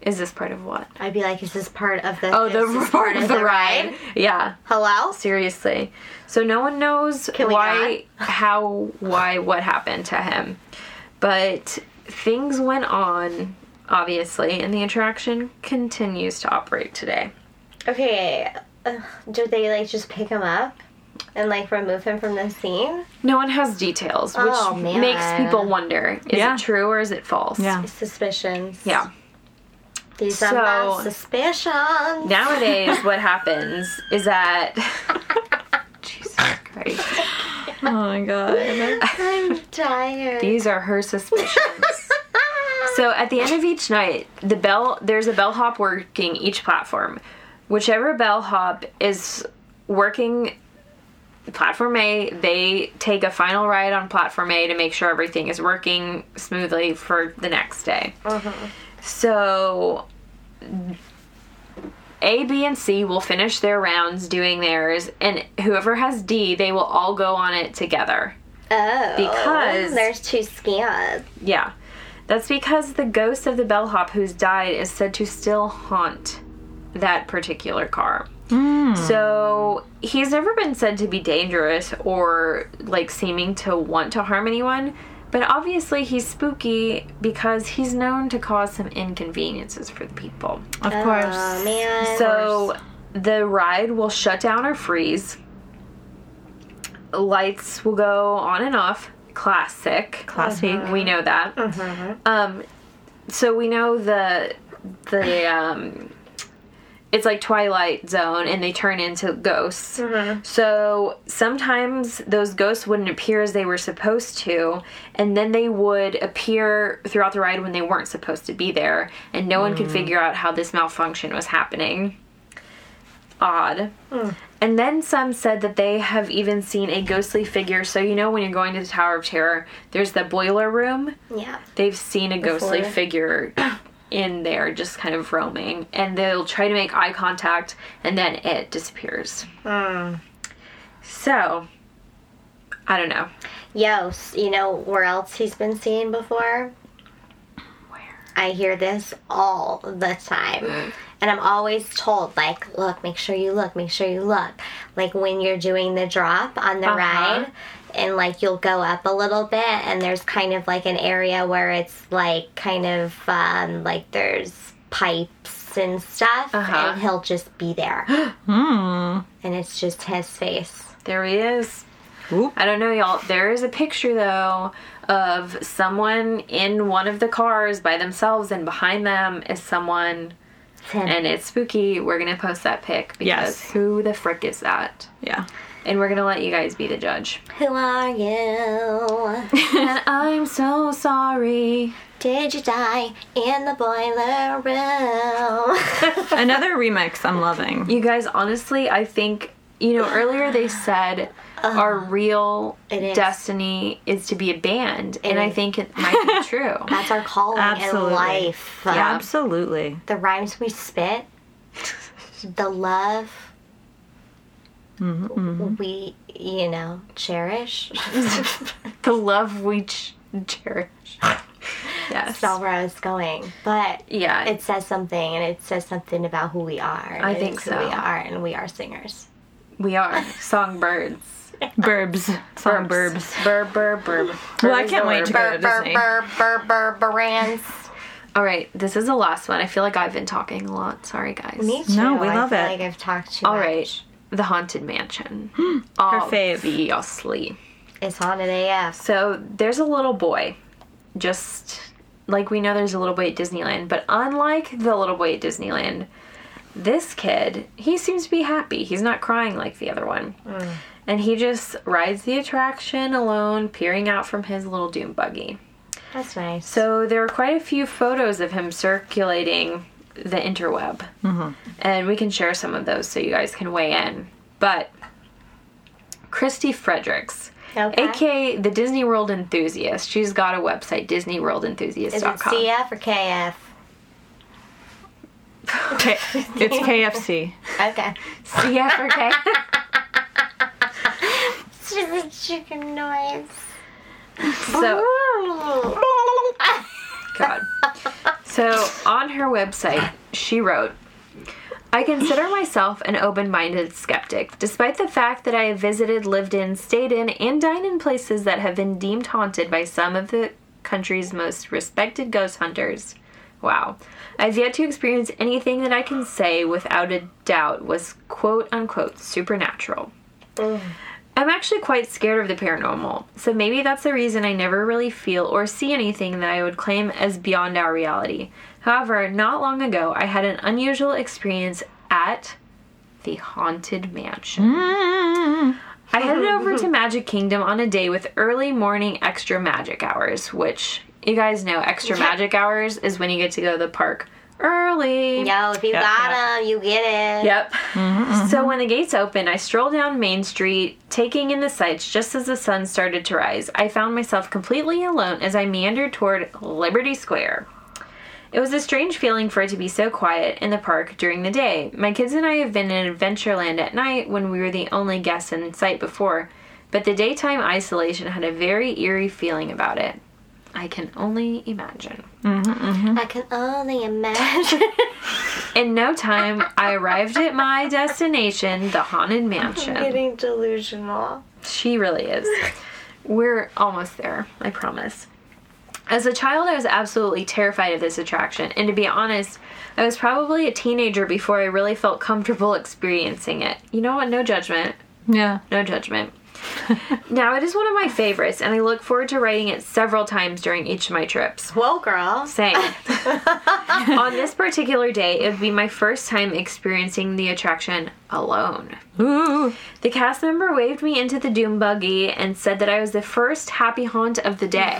[SPEAKER 2] Is this part of what?
[SPEAKER 1] I'd be like, is this part of the?
[SPEAKER 2] Oh,
[SPEAKER 1] is
[SPEAKER 2] the
[SPEAKER 1] this
[SPEAKER 2] part, of the, ride. Yeah,
[SPEAKER 1] Hello?
[SPEAKER 2] seriously. So no one knows
[SPEAKER 1] we
[SPEAKER 2] why, how, why, what happened to him. But things went on, obviously, and the attraction continues to operate today.
[SPEAKER 1] Okay. Ugh, do they like just pick him up and like remove him from the scene?
[SPEAKER 2] No one has details, which
[SPEAKER 1] Oh, man.
[SPEAKER 2] makes people wonder: is
[SPEAKER 3] Yeah.
[SPEAKER 2] it true or is it false?
[SPEAKER 3] Yeah.
[SPEAKER 1] Suspicions.
[SPEAKER 2] Yeah.
[SPEAKER 1] These are my
[SPEAKER 2] So-
[SPEAKER 1] suspicions.
[SPEAKER 2] Nowadays, what happens is that. Jesus Christ.
[SPEAKER 3] Oh my god.
[SPEAKER 1] I'm tired.
[SPEAKER 2] These are her suspicions. So at the end of each night, the bell there's a bellhop working each platform. Whichever bellhop is working platform A, they take a final ride on platform A to make sure everything is working smoothly for the next day. So A, B, and C will finish their rounds doing theirs, and whoever has D, they will all go on it together.
[SPEAKER 1] Oh,
[SPEAKER 2] Because-
[SPEAKER 1] there's two scans.
[SPEAKER 2] Yeah. That's because the ghost of the bellhop who's died is said to still haunt that particular car. So he's never been said to be dangerous or like seeming to want to harm anyone, but obviously he's spooky because he's known to cause some inconveniences for the people.
[SPEAKER 3] Of
[SPEAKER 1] Oh
[SPEAKER 3] course.
[SPEAKER 1] man.
[SPEAKER 2] So the ride will shut down or freeze. Lights will go on and off. Classic.
[SPEAKER 3] Classic.
[SPEAKER 2] We know that. Um, so we know the the um, it's like Twilight Zone, and they turn into ghosts. So sometimes those ghosts wouldn't appear as they were supposed to, and then they would appear throughout the ride when they weren't supposed to be there, and no one could figure out how this malfunction was happening. Odd. And then some said that they have even seen a ghostly figure. So, you know, when you're going to the Tower of Terror, there's the boiler room.
[SPEAKER 1] yeah.
[SPEAKER 2] They've seen a ghostly
[SPEAKER 1] Before.
[SPEAKER 2] figure in there just kind of roaming. And they'll try to make eye contact, and then it disappears. So, I don't know.
[SPEAKER 1] Yo, s- you know where else he's been seen before?
[SPEAKER 2] Where?
[SPEAKER 1] I hear this all the time. And I'm always told, like, look, make sure you look, make sure you look. Like when you're doing the drop on the
[SPEAKER 2] Uh-huh.
[SPEAKER 1] ride, and like you'll go up a little bit, and there's kind of like an area where it's like kind of um, like there's pipes and stuff,
[SPEAKER 2] Uh-huh.
[SPEAKER 1] and he'll just be there.
[SPEAKER 3] Mm.
[SPEAKER 1] And it's just his face.
[SPEAKER 2] There he is.
[SPEAKER 3] Oop.
[SPEAKER 2] I don't know, y'all. There is a picture, though, of someone in one of the cars by themselves, and behind them is someone
[SPEAKER 1] It's him.
[SPEAKER 2] and it's spooky. We're gonna post that pic because
[SPEAKER 3] Yes.
[SPEAKER 2] who the frick is that?
[SPEAKER 3] Yeah.
[SPEAKER 2] And we're gonna let you guys be the judge.
[SPEAKER 1] Who are you?
[SPEAKER 2] and I'm so sorry.
[SPEAKER 1] Did you die in the boiler room?
[SPEAKER 3] Another remix I'm loving.
[SPEAKER 2] You guys, honestly, I think you know earlier they said our real
[SPEAKER 1] It is.
[SPEAKER 2] destiny is to be a band, and I
[SPEAKER 1] is.
[SPEAKER 2] think it might be true.
[SPEAKER 1] That's our calling
[SPEAKER 3] Absolutely.
[SPEAKER 1] in life. Um,
[SPEAKER 2] Yeah.
[SPEAKER 3] Absolutely.
[SPEAKER 1] The rhymes we spit, the love
[SPEAKER 2] Mm-hmm.
[SPEAKER 1] we, you know, cherish.
[SPEAKER 2] the love we ch- cherish. yes.
[SPEAKER 1] That's not where I was going, but
[SPEAKER 2] Yeah.
[SPEAKER 1] it says something, and it says something about who we are. and
[SPEAKER 2] I
[SPEAKER 1] it
[SPEAKER 2] think
[SPEAKER 1] is who
[SPEAKER 2] so.
[SPEAKER 1] We are, and we are singers.
[SPEAKER 2] we are songbirds.
[SPEAKER 3] Burbs. Song burbs.
[SPEAKER 2] Burb, burb, burb.
[SPEAKER 3] Well, I
[SPEAKER 2] Burb is
[SPEAKER 3] can't
[SPEAKER 2] the
[SPEAKER 3] wait
[SPEAKER 2] word.
[SPEAKER 3] to go
[SPEAKER 1] Burr,
[SPEAKER 3] to
[SPEAKER 1] burr,
[SPEAKER 3] Disney.
[SPEAKER 1] burr, burr, burr, brands.
[SPEAKER 2] All right, this is the last one. I feel like I've been talking a lot. Sorry, guys.
[SPEAKER 1] Me too.
[SPEAKER 3] No, we
[SPEAKER 1] I
[SPEAKER 3] love
[SPEAKER 1] feel
[SPEAKER 3] it.
[SPEAKER 1] Like I've talked too
[SPEAKER 2] All
[SPEAKER 1] much.
[SPEAKER 2] right, the haunted mansion.
[SPEAKER 3] fave.
[SPEAKER 2] Obviously.
[SPEAKER 1] It's on at AF.
[SPEAKER 2] So there's a little boy, just like we know there's a little boy at Disneyland, but unlike the little boy at Disneyland, this kid, he seems to be happy. He's not crying like the other one. And he just rides the attraction alone, peering out from his little doom buggy.
[SPEAKER 1] That's nice.
[SPEAKER 2] So there are quite a few photos of him circulating the interweb. And we can share some of those so you guys can weigh in. But Christy Fredericks,
[SPEAKER 1] Okay.
[SPEAKER 2] aka the Disney World Enthusiast, she's got a website,
[SPEAKER 1] Is it
[SPEAKER 2] DisneyWorldEnthusiast.com.
[SPEAKER 1] CF or KF?
[SPEAKER 3] K- it's KFC.
[SPEAKER 1] Okay.
[SPEAKER 2] CF, okay.
[SPEAKER 1] It's just a chicken noise.
[SPEAKER 2] so, God. So on her website, she wrote, I consider myself an open minded skeptic, despite the fact that I have visited, lived in, stayed in, and dined in places that have been deemed haunted by some of the country's most respected ghost hunters. Wow. I've yet to experience anything that I can say without a doubt was quote unquote supernatural. I'm actually quite scared of the paranormal, so maybe that's the reason I never really feel or see anything that I would claim as beyond our reality. However, not long ago, I had an unusual experience at the Haunted Mansion. I headed over to Magic Kingdom on a day with early morning extra magic hours, which you guys know extra magic hours is when you get to go to the park early.
[SPEAKER 1] Yo, if you
[SPEAKER 3] Yeah,
[SPEAKER 1] got 'em,
[SPEAKER 3] yeah.
[SPEAKER 1] you get it.
[SPEAKER 2] Yep. So when the gates opened, I strolled down Main Street, taking in the sights just as the sun started to rise. I found myself completely alone as I meandered toward Liberty Square. It was a strange feeling for it to be so quiet in the park during the day. My kids and I have been in Adventureland at night when we were the only guests in sight before, but the daytime isolation had a very eerie feeling about it. I can only imagine.
[SPEAKER 1] I can only imagine.
[SPEAKER 2] In no time, I arrived at my destination, the Haunted Mansion.
[SPEAKER 1] Getting delusional.
[SPEAKER 2] She really is. We're almost there, I promise. As a child, I was absolutely terrified of this attraction, and to be honest, I was probably a teenager before I really felt comfortable experiencing it. You know what? No judgment.
[SPEAKER 3] Yeah.
[SPEAKER 2] No judgment. now, it is one of my favorites, and I look forward to writing it several times during each of my trips.
[SPEAKER 1] Well, girl.
[SPEAKER 2] Same. On this particular day, it would be my first time experiencing the attraction alone.
[SPEAKER 3] Ooh.
[SPEAKER 2] The cast member waved me into the doom buggy and said that I was the first happy haunt of the day.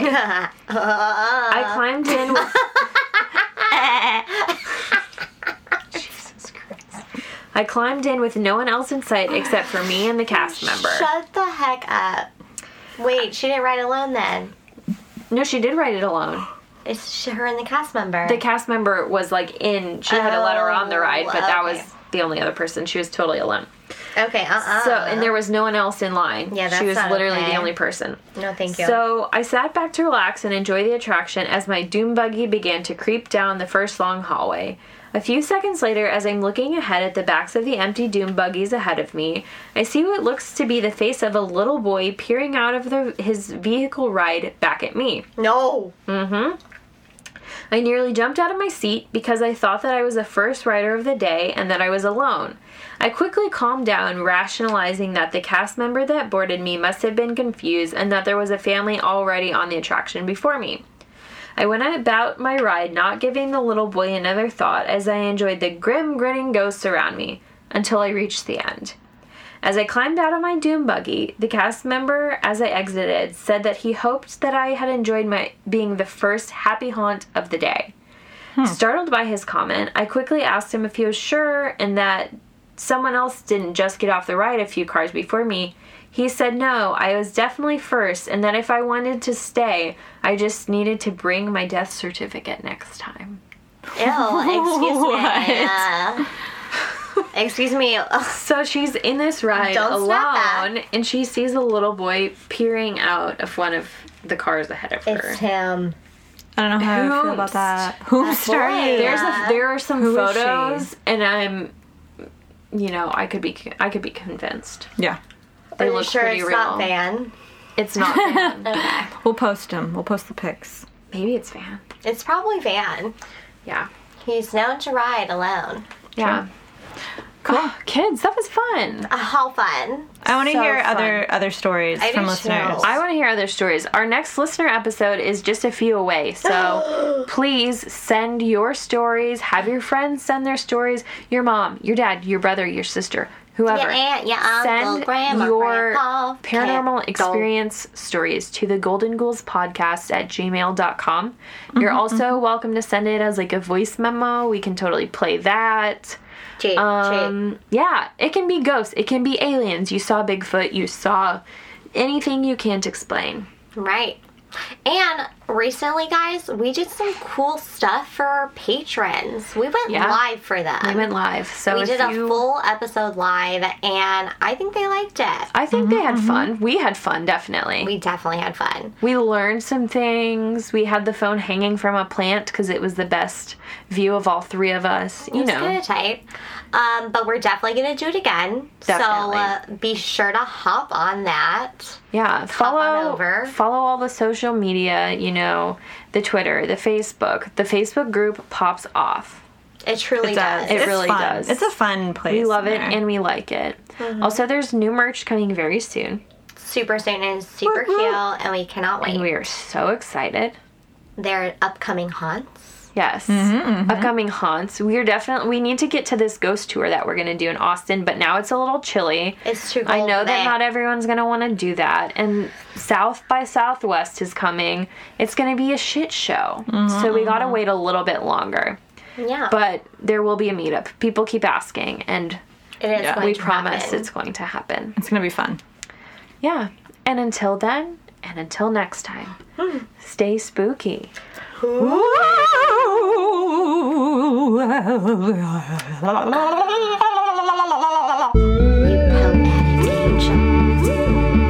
[SPEAKER 2] I climbed in with Jesus Christ. I climbed in with no one else in sight except for me and the cast member.
[SPEAKER 1] Shut the heck up. Wait, she didn't ride alone then.
[SPEAKER 2] No, she did write it alone.
[SPEAKER 1] It's sh- her and the cast member.
[SPEAKER 2] The cast member was like in she had a letter on the ride, but that
[SPEAKER 1] Oh, okay.
[SPEAKER 2] was the only other person. She was totally alone.
[SPEAKER 1] okay, uh uh
[SPEAKER 2] So and there was no one else in line.
[SPEAKER 1] Yeah, that's
[SPEAKER 2] she was
[SPEAKER 1] not
[SPEAKER 2] literally
[SPEAKER 1] okay.
[SPEAKER 2] the only person.
[SPEAKER 1] No, thank you.
[SPEAKER 2] So I sat back to relax and enjoy the attraction as my doom buggy began to creep down the first long hallway. A few seconds later, as I'm looking ahead at the backs of the empty doom buggies ahead of me, I see what looks to be the face of a little boy peering out of the, his vehicle ride back at me.
[SPEAKER 1] no.
[SPEAKER 2] I nearly jumped out of my seat because I thought that I was the first rider of the day and that I was alone. I quickly calmed down, rationalizing that the cast member that boarded me must have been confused and that there was a family already on the attraction before me. I went about my ride, not giving the little boy another thought as I enjoyed the grim, grinning ghosts around me until I reached the end. As I climbed out of my doom buggy, the cast member, as I exited, said that he hoped that I had enjoyed my being the first happy haunt of the day. Startled by his comment, I quickly asked him if he was sure and that someone else didn't just get off the ride a few cars before me. He said, No, I was definitely first, and that if I wanted to stay, I just needed to bring my death certificate next time.
[SPEAKER 1] Ew, excuse me.
[SPEAKER 3] What?
[SPEAKER 1] Uh, excuse me. Ugh,
[SPEAKER 2] So she's in this ride
[SPEAKER 1] Don't snap back.
[SPEAKER 2] alone, and she sees a little boy peering out of one of the cars ahead of her.
[SPEAKER 1] it's him.
[SPEAKER 3] I don't know how I feel
[SPEAKER 2] Whoops.
[SPEAKER 3] about that.
[SPEAKER 2] Oh,
[SPEAKER 3] Who started?
[SPEAKER 1] boy.
[SPEAKER 2] There's
[SPEAKER 1] Yeah.
[SPEAKER 2] a, there are some
[SPEAKER 3] Who is she?
[SPEAKER 2] photos, and I'm, you know, I could be I could be convinced.
[SPEAKER 3] Yeah.
[SPEAKER 2] They
[SPEAKER 1] Are you
[SPEAKER 2] look
[SPEAKER 1] sure
[SPEAKER 2] pretty
[SPEAKER 1] it's
[SPEAKER 2] real.
[SPEAKER 1] not Van?
[SPEAKER 2] It's not Van.
[SPEAKER 3] We'll post them. We'll post the pics.
[SPEAKER 2] Maybe it's Van.
[SPEAKER 1] It's probably Van.
[SPEAKER 2] Yeah.
[SPEAKER 1] He's known to ride alone.
[SPEAKER 2] Yeah.
[SPEAKER 3] Cool.
[SPEAKER 2] Kids, that was fun.
[SPEAKER 1] Uh, how fun.
[SPEAKER 3] I want to
[SPEAKER 2] So
[SPEAKER 3] hear
[SPEAKER 2] fun.
[SPEAKER 3] other other stories
[SPEAKER 1] I
[SPEAKER 3] from
[SPEAKER 1] do
[SPEAKER 3] listeners.
[SPEAKER 1] too.
[SPEAKER 2] I want to hear other stories. Our next listener episode is just a few away, so please send your stories. Have your friends send their stories. Your mom, your dad, your brother, your sister, whoever.
[SPEAKER 1] Your aunt, your uncle,
[SPEAKER 2] send
[SPEAKER 1] grandma,
[SPEAKER 2] your
[SPEAKER 1] grandpa,
[SPEAKER 2] paranormal
[SPEAKER 1] cat,
[SPEAKER 2] experience stories to the golden ghouls podcast at gmail.com you're
[SPEAKER 1] Mm-hmm,
[SPEAKER 2] also welcome to send it as like a voice memo we can totally play that
[SPEAKER 1] Cheat, cheat.
[SPEAKER 2] um, yeah, it can be ghosts. It can be aliens. You saw Bigfoot. You saw anything you can't explain.
[SPEAKER 1] Right. And recently, guys, we did some cool stuff for our patrons. We went
[SPEAKER 2] Yeah.
[SPEAKER 1] live for them.
[SPEAKER 2] I went live, so
[SPEAKER 1] we
[SPEAKER 2] if
[SPEAKER 1] did a
[SPEAKER 2] you,
[SPEAKER 1] full episode live, and I think they liked it.
[SPEAKER 2] I think they had fun. We had fun, definitely. We,
[SPEAKER 1] we definitely had fun.
[SPEAKER 2] learned some things. We had the phone hanging from a plant because it was the best view of all three of us. You
[SPEAKER 1] It's
[SPEAKER 2] know,
[SPEAKER 1] kind of tight. Um, but we're definitely going to do it again.
[SPEAKER 2] Definitely.
[SPEAKER 1] So uh, be sure to hop on that.
[SPEAKER 2] yeah. Follow
[SPEAKER 1] over.
[SPEAKER 2] follow all the social media. You know, the Twitter, the Facebook. The Facebook group pops off.
[SPEAKER 1] It truly does.
[SPEAKER 2] It
[SPEAKER 3] It's
[SPEAKER 2] really
[SPEAKER 3] fun.
[SPEAKER 2] does.
[SPEAKER 3] It's a fun place.
[SPEAKER 2] We love it
[SPEAKER 3] there.
[SPEAKER 2] and we like it.
[SPEAKER 1] Mm-hmm.
[SPEAKER 2] Also, there's new merch coming very soon.
[SPEAKER 1] super soon and super
[SPEAKER 3] Woo,
[SPEAKER 1] cute,
[SPEAKER 3] woo.
[SPEAKER 1] and we cannot wait.
[SPEAKER 2] And we are so excited.
[SPEAKER 1] Their upcoming haunts.
[SPEAKER 2] Yes.
[SPEAKER 1] Mm-hmm,
[SPEAKER 2] Upcoming haunts. We are definitely we need to get to this ghost tour that we're gonna do in Austin, but now it's a little chilly.
[SPEAKER 1] It's too cold.
[SPEAKER 2] I know that
[SPEAKER 1] today.
[SPEAKER 2] not everyone's gonna wanna do that. And South by Southwest is coming. It's gonna be a shit show.
[SPEAKER 1] Mm-hmm,
[SPEAKER 2] So we gotta wait a little bit longer.
[SPEAKER 1] Yeah,
[SPEAKER 2] But there will be a meetup. People keep asking and
[SPEAKER 1] it is. going
[SPEAKER 2] we
[SPEAKER 1] to
[SPEAKER 2] promise
[SPEAKER 1] happen.
[SPEAKER 2] it's going to happen.
[SPEAKER 3] It's gonna be fun.
[SPEAKER 2] Yeah. And until then, and until next time,
[SPEAKER 1] Hmm.
[SPEAKER 2] stay spooky.
[SPEAKER 1] You poetic angel.